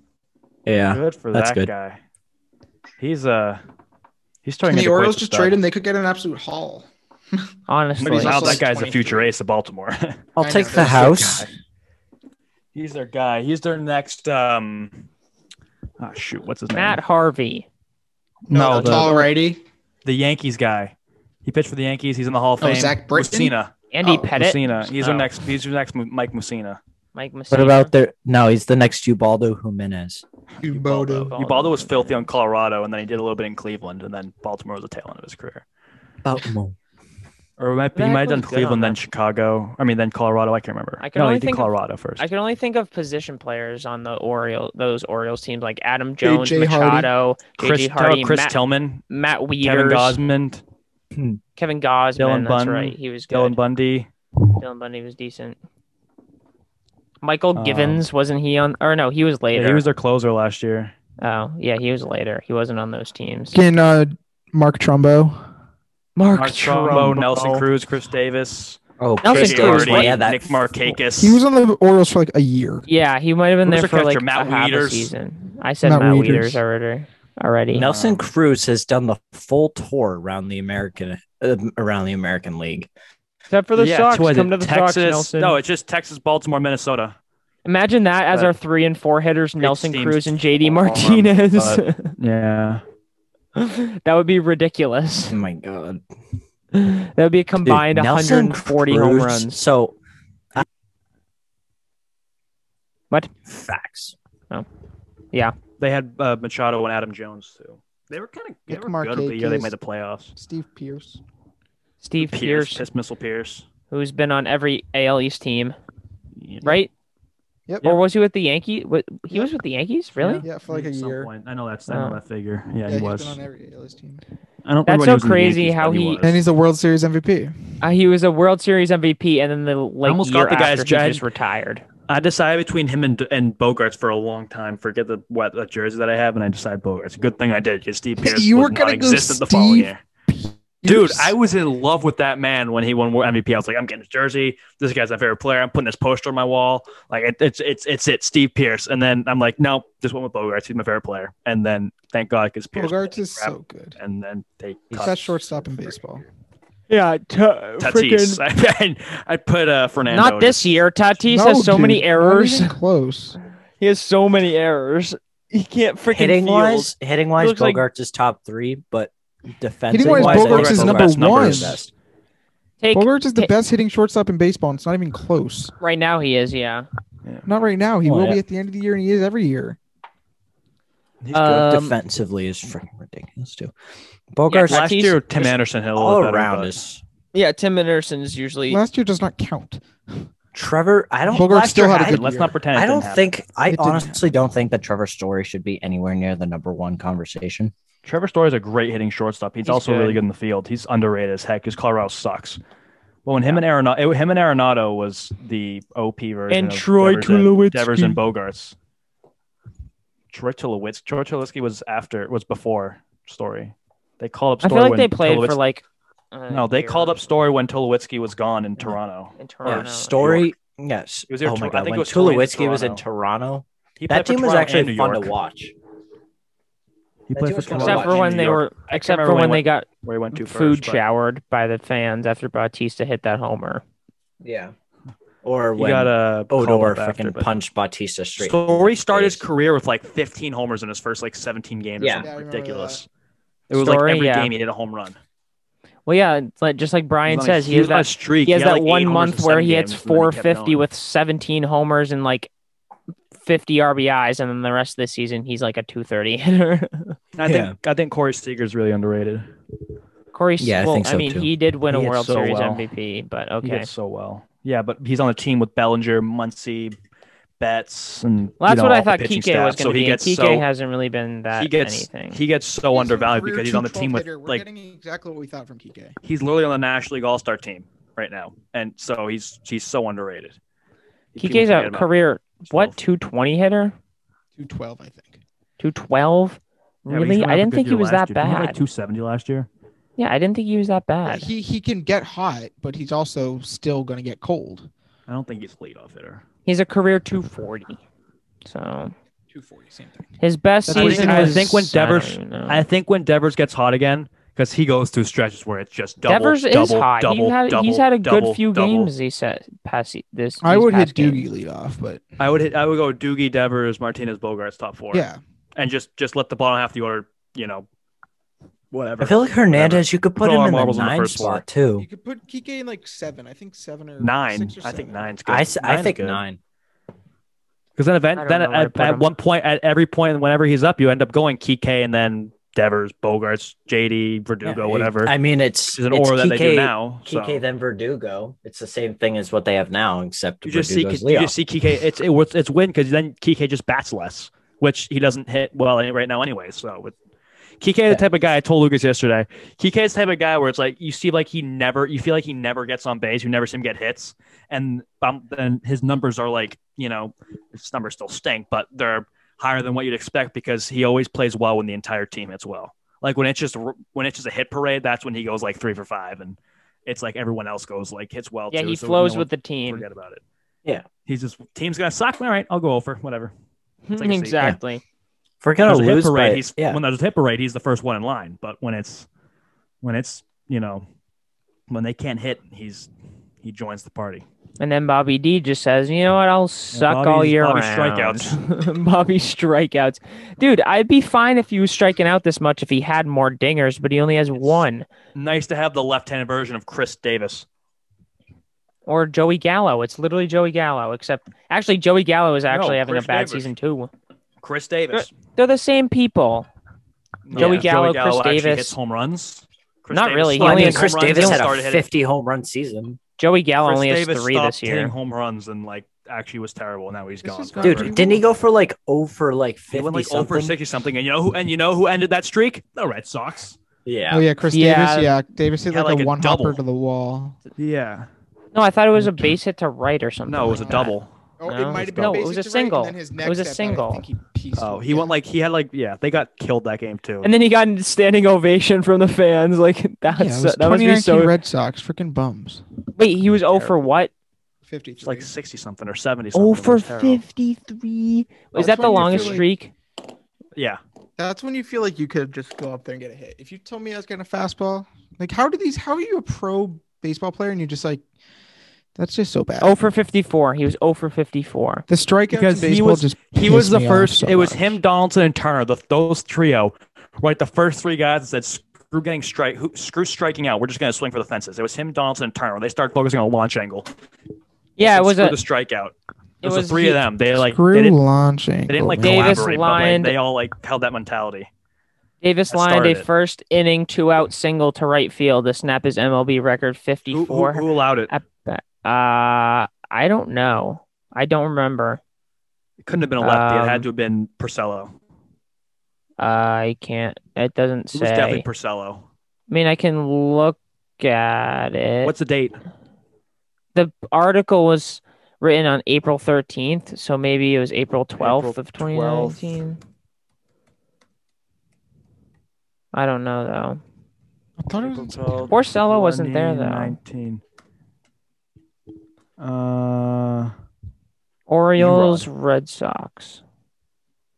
S2: Yeah.
S4: Good for
S2: that's
S4: that
S2: good.
S4: guy. He's uh he's
S3: Can
S4: turning
S3: the
S4: into quite
S3: Orioles
S4: the
S3: just
S4: stud.
S3: trade him? They could get an absolute haul.
S1: Honestly,
S4: But he's
S3: also
S4: out.
S3: like
S4: That guy's a
S3: 23.
S4: future ace of Baltimore.
S2: I'll
S3: I know,
S2: take
S3: that's their
S2: the house.
S4: guy. he's their guy. He's their next um oh shoot, what's his
S1: Matt
S4: name?
S1: Harvey.
S4: No,
S3: the,
S4: the-
S3: tall righty.
S4: The Yankees guy. He pitched for the Yankees. He's in the Hall of
S3: Oh,
S4: Fame.
S3: Zach Britton?
S4: Mussina.
S1: Andy
S3: Oh,
S1: Pettit.
S4: Mussina. He's their
S1: Oh,
S4: next he's their next Mu- Mike Mussina.
S1: Mike Messina.
S2: What about their? No, he's the next Ubaldo Jimenez.
S3: Ubodo.
S4: Ubaldo was filthy on Colorado and then he did a little bit in Cleveland and then Baltimore was the tail end of his career.
S2: Baltimore.
S4: Or it might be, he
S1: Zach
S4: might have done
S1: was good on
S4: Cleveland,
S1: that.
S4: then Chicago. I mean, then Colorado. I can't remember.
S1: I can
S4: no,
S1: only
S4: he did
S1: think of-
S4: Colorado first.
S1: I can only think of position players on the Orioles, those Orioles teams like Adam Jones,
S3: J.J. Hardy.
S1: Machado,
S4: Chris,
S1: J.J. Hardy,
S4: Chris
S1: Matt,
S4: Tillman,
S1: Matt
S4: Kevin
S1: Wieters,
S4: Gosmond,
S1: Kevin Gosman.
S4: Dylan
S1: that's
S4: Bunn-
S1: right. He was good.
S4: Dylan Bundy.
S1: Dylan Bundy was decent. Michael
S4: Um,
S1: Givens wasn't he on? Or no, he was later.
S4: Yeah, he was their closer last year.
S1: Oh yeah, he was later. He wasn't on those teams.
S3: Can uh, Mark Trumbo?
S1: Mark,
S4: Mark Trumbo, Nelson Cruz, Chris Davis,
S6: oh,
S1: Nelson
S4: Chris
S6: Chris
S1: Cruz was
S4: Hardy,
S1: Hardy,
S6: yeah, that
S4: Nick Markakis.
S3: He was on the Orioles for like a year.
S1: Yeah, he might have been
S4: Who was
S1: there
S4: their
S1: for like
S4: catcher? Matt
S1: a half a
S4: Wieters?
S1: season. I said
S3: Matt
S1: Matt,
S3: Wieters.
S1: Wieters already. Already.
S2: Nelson
S4: Um,
S2: Cruz has done the full tour around the American uh, around the American League.
S1: Except for the
S4: yeah,
S1: Sox.
S4: who was
S1: Come
S4: it?
S1: to the
S4: Texas.
S1: Sox, Nelson.
S4: No, it's just Texas, Baltimore, Minnesota.
S1: Imagine that as
S4: But-
S1: our three and four hitters, Nelson
S4: teams.
S1: Cruz and JD
S4: Um,
S1: Martinez.
S4: Yeah.
S1: that would be ridiculous.
S6: Oh my god.
S1: That would be a
S2: Dude,
S1: combined
S2: Nelson
S1: 140 home
S2: Cruz-
S1: runs.
S2: So, I-
S1: What?
S2: facts?
S4: Oh. They had uh, Machado and Adam Jones too. They were kind of they
S3: Nick
S4: were good the year they
S3: Markakis.
S4: made the playoffs.
S3: Steve Pierce.
S1: Steve
S4: Pierce,
S1: Pierce,
S4: Piss Missile Pierce.
S1: who's been on every AL East team, right?
S3: Yep.
S1: Or was he with the Yankees? Wa- He was with the Yankees, really?
S3: Yeah, for like a
S4: At some
S3: year.
S4: point. I know that's I know
S1: Oh.
S4: that figure. Yeah,
S3: he's
S4: he was.
S3: been on every ALS team.
S4: I don't
S1: That's
S4: remember when
S1: so
S4: he was in the
S1: crazy
S4: Yankees,
S1: how
S4: but
S1: he-
S4: was.
S3: And he's a World Series MVP.
S1: Uh, he was a World Series MVP, and then the like
S4: almost
S1: year
S4: got the guy's
S1: after he
S4: giant-
S1: just retired.
S4: I decided between him and and Bogarts for a long time. Forget the what the jersey that I have, and I decided Bogarts. Good thing I did because Steve Pierce
S3: You
S4: was
S3: were gonna go
S4: non-existent the following
S3: Steve
S4: year. Dude, I was in love with that man when he won World MVP. I was like, I'm getting his jersey. This guy's my favorite player. I'm putting his poster on my wall. Like it, it's it's it's it, Steve Pierce. And then I'm like, no, this one with Bogarts. He's my favorite player. And then thank God because Pierce.
S3: Bogarts is
S4: crap.
S3: so good.
S4: And then they
S3: He's
S4: cut
S3: best shortstop in baseball.
S1: Yeah,
S4: Tatis. I, I put uh, Fernando.
S1: not this
S4: just-
S1: year. Tatis
S3: No,
S1: has so
S3: dude,
S1: many
S3: not
S1: errors.
S3: even close.
S1: He has so many errors. He can't freaking
S2: Hitting wise, hitting wise,
S1: looks
S2: Bogarts
S1: like-
S2: is top three, but defensive
S3: Hitting-wise,
S2: wise,
S3: Bogarts
S4: is number one.
S2: Best.
S1: Take
S3: Bogarts is the
S1: Hey.
S3: best hitting shortstop in baseball, and it's not even close.
S1: right now. He is. Yeah.
S3: Not right now. He
S2: Oh,
S3: will
S2: yeah.
S3: be at the end of the year, and he is every year.
S2: He's
S1: Um,
S2: good defensively is freaking ridiculous too. Bogarts
S4: Last
S1: Tatis
S4: year, Tim
S2: just
S4: Anderson had a little
S2: all
S4: better,
S2: around
S4: but-
S2: is
S1: Yeah. Tim Anderson's usually.
S3: Last year does not count.
S2: Trevor. I don't.
S3: Bogarts
S2: last
S3: still
S2: year
S3: had a
S2: I-
S3: good
S4: Let's
S3: year.
S4: not pretend. it
S2: I
S4: didn't
S2: don't
S4: happen.
S2: think. I
S3: It didn't
S2: honestly don't think that Trevor Story should be anywhere near the number one conversation.
S4: Trevor Story is a great hitting shortstop. He's,
S1: He's
S4: also
S1: good.
S4: really good in the field. He's underrated as heck because Colorado sucks. But when him and Arenado, him and Arenado was the OP version
S1: And
S4: of
S1: Troy
S4: Devers and-
S1: Tulowitzki.
S4: Devers and Bogarts. Troy Tulowitzki. Troy Tulowitzki was after was before Story. They called up.
S1: I
S4: Story
S1: feel like
S4: when
S1: they played for
S4: Tulowitzki-
S1: like. uh,
S4: No, they
S1: year
S4: called
S1: or
S4: up Story when Tulowitzki was gone in Toronto.
S1: in
S2: Yeah,
S1: Toronto.
S2: Story. Yes.
S4: It was either
S2: Oh my
S4: Tor- I
S2: god.
S4: think it
S2: When
S4: was Toronto or
S2: Tulowitzki was in
S4: Toronto.
S2: Toronto,
S4: He
S2: that
S4: played
S2: team
S4: for
S2: was
S4: Toronto
S2: actually
S4: and New
S2: fun
S4: York.
S2: to watch.
S4: He
S2: That team
S4: played for
S2: was fun
S4: Toronto.
S2: to
S1: Except
S2: watch
S1: for
S4: and
S1: when
S4: New
S1: they
S4: York.
S1: were,
S4: I can't
S1: except
S4: remember
S1: for when
S4: he
S1: they
S4: went-
S1: got
S4: where he went to
S1: food
S4: first, but-
S1: showered by the fans after Bautista hit that homer.
S2: Yeah. Or
S4: You
S2: when
S4: got a
S2: Odor freaking punched Bautista straight. in
S4: Story
S2: the
S4: started his
S2: face.
S4: career with like 15 homers in his first like 17 games.
S2: Yeah.
S4: or something
S3: Yeah, I remember
S4: ridiculous. It was
S1: Story,
S4: like every
S1: yeah.
S4: game he hit a home run.
S1: Well, yeah, it's like just like Brian
S4: was on a
S1: says, he
S4: huge-
S1: has
S4: on a
S1: that
S4: streak.
S1: he has
S4: had,
S1: that
S4: like, eight
S1: one
S4: homers in
S1: month where
S4: seven
S1: he hits
S4: games, and then kept
S1: 450
S4: going.
S1: with 17 homers and like 50 RBIs, and then the rest of the season he's like a 230 hitter.
S4: And I think I think Corey Seager's really underrated.
S1: Corey,
S2: Yeah, I
S1: well,
S2: think so,
S1: mean,
S2: too.
S1: he did win
S4: He
S1: a
S4: hits
S1: World
S4: so
S1: Series
S4: well.
S1: MVP, but
S4: He
S1: okay,
S4: hits so well. Yeah, but he's on a team with Bellinger, Muncie, Betts, and
S1: well,
S4: you
S1: that's
S4: know,
S1: what I
S4: all the
S1: thought
S4: pitching
S1: Kike was going
S4: staff.
S1: to
S4: so
S1: be.
S4: He
S1: and
S4: gets
S1: Kike
S4: so
S1: hasn't really been that
S4: he gets
S1: anything.
S4: he gets so
S3: He's a
S4: undervalued
S3: career
S4: because he's on the team
S3: 212
S4: with
S3: hitter. We're
S4: like
S3: getting exactly what we thought from Kike.
S4: he's literally on the National League All Star team right now, and so he's he's so underrated. People
S1: Kike's
S4: forget
S1: a
S4: about
S1: career
S4: him.
S1: what 220 hitter,
S3: 212, I think.
S1: 212.
S4: Yeah, but he's
S1: Really,
S4: gonna
S1: I
S4: have a
S1: didn't
S4: good
S1: think he
S4: year
S1: was
S4: last
S1: that
S4: year. Didn't he have,
S1: bad.
S4: Like two seventy last year.
S1: Yeah, I didn't think he was that bad.
S3: He he can get hot, but he's also still going to get cold.
S4: I don't think he's a leadoff hitter.
S1: He's a career 240. So
S3: 240, same thing.
S1: his best
S4: That's what he-
S1: season.
S4: I
S1: was-
S4: think when
S1: don't
S4: Devers-
S1: even know.
S4: I think when Devers gets hot again, because he goes through stretches where it's just double,
S1: Devers
S4: double,
S1: is hot.
S4: double,
S1: he had,
S4: double,
S1: he's had a good
S4: double,
S1: few
S4: double.
S1: games. He said past se- this.
S3: I
S1: these
S3: would hit
S1: past games.
S3: Doogie lead off, but
S4: I would hit. I would go Doogie, Devers, Martinez, Bogarts, top four.
S3: yeah,
S4: and just just let the bottom half of the order, you know, whatever.
S6: I feel like Hernandez, you could put
S4: Throw
S6: him
S4: our
S6: in the
S4: marbles in the
S6: nine
S4: first four.
S6: spot too.
S3: you could put Kike in like seven. I think seven or
S4: nine.
S3: Six or
S4: I think
S3: seven.
S4: nine's good.
S6: I, s- I think
S4: nine.
S6: nine.
S4: Because then
S1: I
S4: event
S1: don't
S4: then
S1: know where to
S4: at,
S1: put
S4: at
S1: him.
S4: one point at every point whenever he's up, you end up going Kike and then Devers, Bogarts, JD, Verdugo,
S6: Yeah,
S4: whatever.
S6: I mean, it's
S4: It's an
S6: it's
S4: order that they do
S6: Kike-
S4: now. So.
S6: Kike then Verdugo. It's the same thing as what they have now, except
S4: you just see
S6: Verdugo's
S4: you
S6: leadoff.
S4: just see Kike. It's it, was- it's win because then Kike just bats less, which he doesn't hit well any- right now anyway. So with Kike, the type of guy I told Lucas yesterday, Kike is the type of guy where it's like you see like he never you feel like he never gets on base, you never see him get hits, and um, then his numbers are like you know his numbers still stink, but they're higher than what you'd expect because he always plays well when the entire team hits well. Like when it's just when it's just a hit parade, that's when he goes like three for five, and it's like everyone else goes like hits well.
S1: Yeah,
S4: too,
S1: he
S4: so no
S1: flows
S4: one-
S1: with the team.
S4: Forget about it.
S6: Yeah.
S4: He's just team's gonna suck. All right, I'll go over. Whatever. It's like a seat.
S1: exactly.
S6: If we're gonna
S4: There's a hit
S6: lose,
S4: parade.
S6: by-
S4: he's
S6: yeah.
S4: when there's a hit parade, he's the first one in line. But when it's when it's you know when they can't hit, he's he joins the party.
S1: And then Bobby D just says, "You know what? I'll suck all
S4: Bobby's-
S1: year
S4: Bobby
S1: round."
S4: strikeouts.
S1: Bobby strikeouts. Dude, I'd be fine if he was striking out this much if he had more dingers, but he only has one.
S4: Nice to have the left-handed version of Chris Davis.
S1: Or Joey Gallo. It's literally Joey Gallo, except actually Joey Gallo is actually having
S4: Chris
S1: a bad
S4: Davis.
S1: season too.
S4: Chris Davis.
S1: They're the same people. Joey Gallo, Chris
S4: actually
S1: Davis.
S4: hits home runs. Chris
S1: Not really, he
S6: Well, I
S1: only
S6: mean,
S1: has
S4: hits
S6: Chris
S4: home runs
S6: Davis
S4: and
S6: had a
S4: started hitting-
S6: 50 home run season.
S1: Joey Gallo
S4: Chris
S1: only has
S4: Davis
S1: three this
S4: stopped hitting
S1: year.
S4: home runs and like actually was terrible. Now he's
S3: This
S4: gone.
S3: is gone
S6: Dude,
S4: forever.
S3: He
S6: didn't he go for like over like 50
S4: he went like oh
S6: something?
S4: over sixty something, and you know who? And you know who ended that streak? The Red Sox.
S6: Yeah.
S3: Oh yeah, Chris
S1: Yeah.
S3: Davis. Yeah, Davis hit
S4: He had,
S3: like,
S4: like,
S3: a
S4: a
S3: one
S4: double.
S3: hopper to the wall.
S4: Yeah.
S1: No, I thought it was a base hit to right or something.
S4: Mm-hmm. No, it was a
S1: like that.
S4: double.
S3: Oh,
S1: No,
S3: it might have been
S1: no,
S3: basic
S1: it was a
S3: to right, and
S1: single.
S3: then his
S1: It
S3: next
S1: was a
S3: step, I
S1: single.
S3: think he pieced
S4: Oh,
S3: it,
S4: he
S3: yeah.
S4: went like he had like yeah, they got killed that game too.
S1: And then he got a standing ovation from the fans. Like that's
S3: Yeah, it was
S1: that must be
S3: 2019
S1: so.
S3: Red Sox, freaking bums.
S1: Wait, he was 0 for what?
S3: 53.
S4: it's like sixty something or seventy. Something.
S1: Oh
S4: It
S1: for
S4: was terrible.
S1: 53.
S3: Well,
S1: Is that
S3: that's
S1: the
S3: when you
S1: longest
S3: feel like-
S1: streak?
S4: Yeah,
S3: That's when you feel like you could just go up there and get a hit. If you told me I was getting a fastball, like how do these? How are you a pro baseball player and you're just like, that's just so bad.
S1: Oh for 54. He was 0 for 54.
S3: the strikeouts
S4: because
S3: in
S4: he
S3: baseball
S4: was
S3: just
S4: he was
S3: pissed
S4: the
S3: me off
S4: first.
S3: so
S4: it was
S3: much.
S4: him, Donaldson, and Turner. The, those trio, right? The first three guys that said screw getting strike, who, screw striking out. We're just gonna swing for the fences. It was him, Donaldson, and Turner. They started focusing on launch angle.
S1: Yeah, it
S4: And
S1: was
S4: screw
S1: a
S4: the strikeout. It,
S1: it
S4: was,
S1: was
S4: the three
S1: he-
S4: of them. They like
S3: Screw
S4: they didn't,
S3: launching.
S4: they didn't like
S1: Davis
S4: collaborate,
S1: lined-
S4: but like, they all like held that mentality.
S1: Davis
S4: that
S1: lined a
S4: started it.
S1: first inning two out single to right field to snap his MLB record
S4: Who,
S1: 54.
S4: who, who allowed it?
S1: It Uh I don't know. I don't remember.
S4: couldn't have been a lefty. it
S1: um,
S4: had to have been Purcello.
S1: I can't. It doesn't
S4: It
S1: say.
S4: was definitely Purcello.
S1: I mean, I can look at it.
S4: What's the date?
S1: the article was written on April 13th, so maybe it was April 12th
S4: April
S1: of 2019. I don't know though.
S3: I thought it was in September.
S1: Porcello wasn't there though.
S4: 2019. Uh,
S1: Orioles, Red Sox.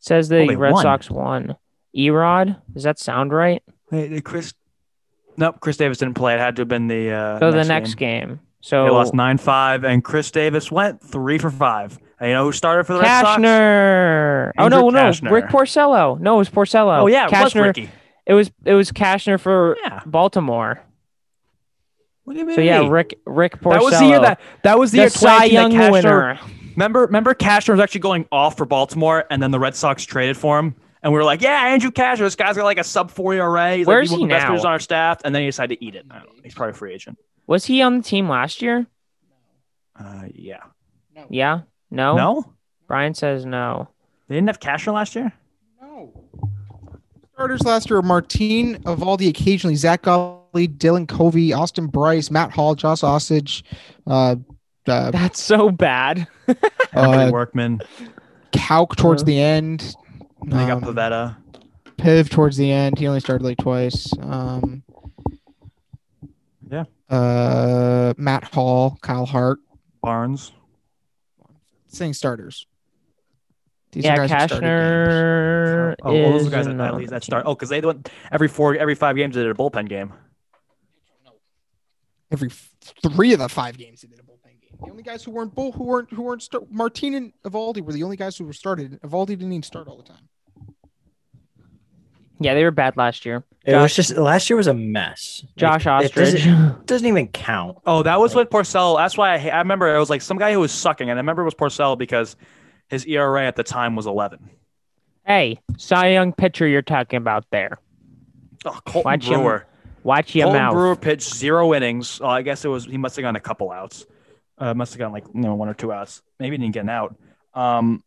S1: Says the
S4: Oh, they
S1: Red
S4: won.
S1: Sox won. Erod, does that sound right?
S4: hey, hey, Chris. Nope, Chris Davis didn't play. It had to have been the uh,
S1: So the next game. So
S4: They lost nine five, and Chris Davis went three for five. And you know who started for the Red Sox?
S1: Kashner. Oh no,
S4: Andrew
S1: no,
S4: Kashner.
S1: Rick Porcello. No, it was Porcello.
S4: Oh yeah, it was
S1: Kashner.
S4: Ricky.
S1: it was it was Kashner for
S4: Yeah.
S1: Baltimore.
S4: What do you mean?
S1: So yeah, Rick Rick Porcello.
S4: that was the year that that was the, year
S1: the Cy
S4: 2019 that
S1: Young
S4: Cashner-
S1: winner.
S4: Remember, remember, Cashner was actually going off for Baltimore, and then the Red Sox traded for him, and we were like, "Yeah, Andrew Cashner, this guy's got like a sub four ERA. He's
S1: Where's
S4: like,
S1: he
S4: one of the best
S1: now?
S4: pitchers on our staff." And then he decided to eat it. I don't know. He's probably a free agent.
S1: Was he on the team last year?
S4: Uh, yeah.
S1: Yeah. No.
S4: No,
S1: Brian says no.
S4: they didn't have Cashner last year.
S3: No. Starters last year were Martin, Avaldi occasionally, Zach Gottlieb, Dylan Covey, Austin Bryce, Matt Hall, Josh Osage, uh, uh,
S1: That's so bad.
S4: Anthony
S3: uh,
S4: Workman.
S3: Kauk towards the end.
S4: They
S3: um,
S4: got Pavetta.
S3: Piv towards the end. He only started like twice. Um,
S4: Yeah.
S3: Uh, Matt Hall, Kyle Hart,
S4: Barnes.
S3: saying starters. These
S1: yeah,
S3: are guys who started games.
S1: Kashner
S4: Oh, well,
S1: is
S4: those guys
S1: in
S4: at, at
S1: the
S4: least that start. Oh, because they went every four, every five games they did a bullpen game.
S3: Every f- three of the five games they did a bullpen game. The only guys who weren't bull who weren't who weren't start Martin and Evaldi were the only guys who were started. Evaldi didn't even start all the time.
S1: Yeah, they were bad last year.
S7: It was just last year was a mess.
S1: Josh
S7: Like, it doesn't-
S1: Ostrich.
S7: It doesn't even count.
S4: Oh, that was with Porcello. That's why I, ha- I remember it was like some guy who was sucking, and I remember it was Porcello because his ERA at the time was 11.
S1: hey, Cy Young pitcher you're talking about there.
S4: Oh, Colton
S1: Watch him
S4: Brewer.
S1: Watch your
S4: Colton
S1: mouth.
S4: Brewer pitched zero innings. Oh, I guess it was he must have gone a couple outs. Uh, must have gone like you know one or two outs. Maybe he didn't get an out. Um,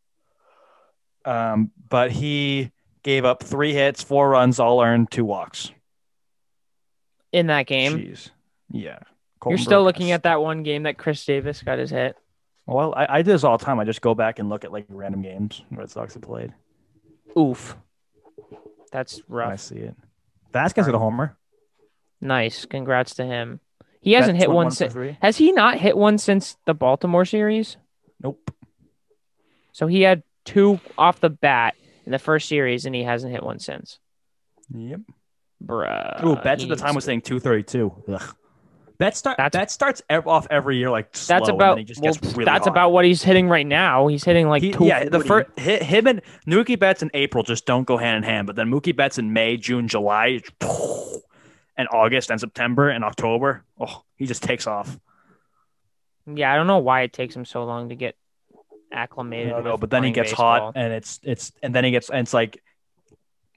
S4: um, but he gave up three hits, four runs, all earned, two walks.
S1: in that game.
S4: Jeez. Yeah.
S1: You're
S4: Colton
S1: still
S4: Brewer
S1: looking
S4: mess.
S1: at that one game that Chris Davis got his hit.
S4: Well, I, I do this all the time. I just go back and look at like random games Red Sox have played.
S1: Oof. That's
S4: and
S1: rough.
S4: I see it. Vasquez hit a homer.
S1: Nice. Congrats to him. He hasn't
S4: That's
S1: hit one,
S4: for
S1: since.
S4: three.
S1: Has he not hit one since the Baltimore series?
S4: Nope.
S1: So he had two off the bat in the first series, and he hasn't hit one since.
S4: Yep.
S1: Bruh.
S4: Ooh, Betts
S1: he
S4: at the time
S1: needs-
S4: was saying 232. Ugh. Betts start,
S1: That's-
S4: Betts starts ev- off every year like slow,
S1: That's
S4: and
S1: about.
S4: then he just
S1: well,
S4: gets really
S1: that's
S4: hot.
S1: about what he's hitting right now. He's hitting like
S4: He-
S1: two.
S4: yeah, the first him and Mookie Betts in April just don't go hand in hand. But then Mookie Betts in May, June, July, and August and September and October, oh, he just takes off.
S1: Yeah, I don't know why it takes him so long to get acclimated.
S4: No, no,
S1: with
S4: but then he
S1: playing
S4: gets
S1: baseball.
S4: hot, and it's it's and then he gets and it's like,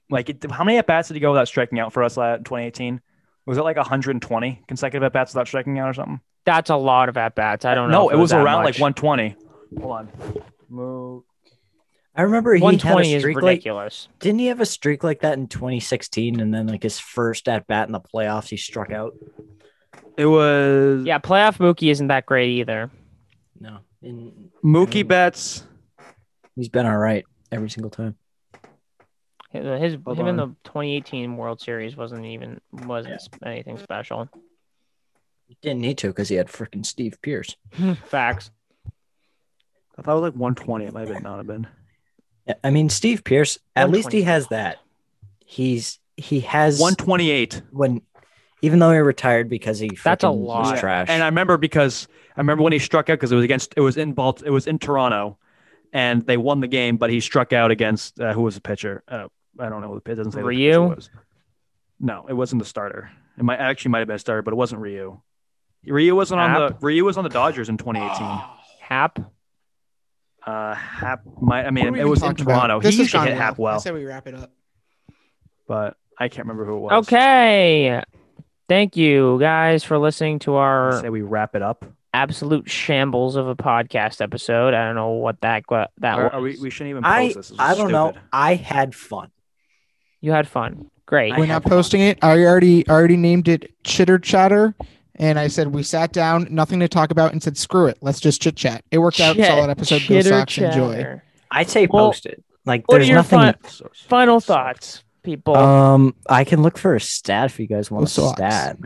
S4: like it, how many at bats did he go without striking out for us la- in 2018? Was it like 120 consecutive at bats without striking out or something?
S1: That's a lot of at bats. I don't know.
S4: No,
S1: if
S4: it was
S1: that
S4: around
S1: much.
S4: like 120. Hold on. Mo-
S2: I remember he had a
S1: 120 is
S2: streak like
S1: ridiculous.
S2: didn't he have a streak like that in 2016 and then like his first at bat in the playoffs he struck out?
S4: It was
S1: yeah, playoff Mookie isn't that great either.
S2: No. And
S4: Mookie Betts.
S2: he's been all right every single time.
S1: His his- him
S4: Hold
S1: in the 2018 World Series wasn't even wasn't anything special.
S2: Didn't need to because he had freaking Steve Pierce.
S1: Facts.
S4: I thought it was like 120. It might have been, not have been.
S2: Yeah, I mean Steve Pierce, at least
S1: 120.
S2: he has that. He's he has
S4: 128.
S2: when even though he retired because he
S1: That's a
S2: freaking was
S1: lot.
S2: trash.
S4: And I remember because I remember when he struck out because it was against it was in Balt it was in Toronto, and they won the game, but he struck out against uh, who was the pitcher? Uh, I don't know. who the It doesn't say who the pitcher
S1: Ryu?
S4: was. No, it wasn't the starter. It might actually might have been a starter, but it wasn't Ryu. Ryu wasn't on the Ryu was on the Dodgers in
S1: Ah.
S4: 2018.
S1: Hap.
S4: Uh, Hap might I
S3: What are
S4: mean
S3: we
S4: it
S3: even
S4: was in
S3: talking about?
S4: Toronto.
S3: This
S4: he
S3: has
S4: used to
S3: gone
S4: hit Hap
S3: I
S4: well,
S3: say we wrap it up.
S4: but I can't remember who it was.
S1: Okay. Thank you guys for listening to
S4: I
S1: our
S4: say we wrap it up.
S1: absolute shambles of a podcast episode. I don't know what that gu- that
S4: Or-
S1: was.
S4: or we, we shouldn't even post
S2: I,
S4: this. This is
S2: I don't know.
S4: stupid.
S2: I had fun.
S1: you had fun. Great.
S2: I
S3: We're
S2: had
S3: not
S2: fun.
S3: posting it. I already I already named it Chitter Chatter, and I said we sat down, nothing to talk about, and said screw it, let's just chit chat. It worked out.
S1: Chit-
S3: Solid episode. Go
S1: chitter
S3: Sox. Enjoy.
S1: chatter.
S2: I say
S1: Well,
S2: post it. Like
S1: What are
S2: there's
S1: your
S2: nothing.
S1: fi-
S4: So-
S1: final
S4: so-
S1: thoughts, people?
S2: Um, I can look for a stat if you guys want
S3: Go
S2: a
S3: Sox.
S2: stat.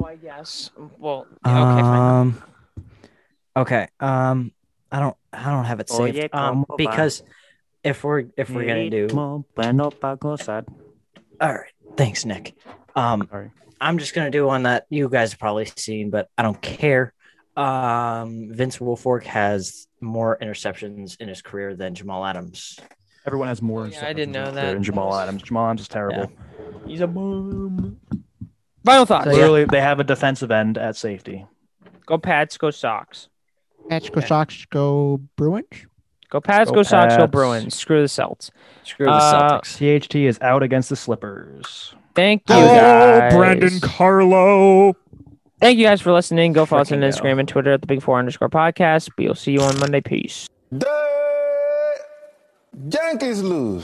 S1: oh, I guess. Well, okay, fine.
S2: Um, okay. Um, I don't. I don't have it
S4: Oye,
S2: saved. Um,
S4: ¿cómo va?
S2: because if we're if we're gonna do
S4: Ritmo, bueno, pa' gozar.
S2: all right. Thanks, Nick. Um,
S4: Sorry.
S2: I'm just gonna do one that you guys have probably seen, but I don't care. Um, Vince Wilfork has more interceptions in his career than Jamal Adams.
S4: Everyone has more.
S1: Yeah, I didn't know
S4: interceptions
S1: that.
S4: than Jamal Adams. Jamal Adams is terrible.
S1: He's a boom. Final thoughts.
S2: So, yeah.
S4: Literally, they have a defensive end at safety.
S1: Go Pats. Go Sox.
S3: Patch go Sox. Go Bruins.
S1: Go Pats. Go,
S4: Go
S1: Sox. Go
S4: Pats.
S1: Bruins. Screw the Celtics.
S2: Screw the
S1: Uh,
S2: Celtics.
S4: CHT is out against the Slippers.
S1: Thank you,
S3: Go
S1: guys.
S3: Oh, Brandon Carlo.
S1: Thank you guys for listening. Go follow us on
S4: Freaking go.
S1: Instagram and Twitter at the Big Four underscore podcast. We'll see you on Monday. Peace.
S8: The Yankees lose.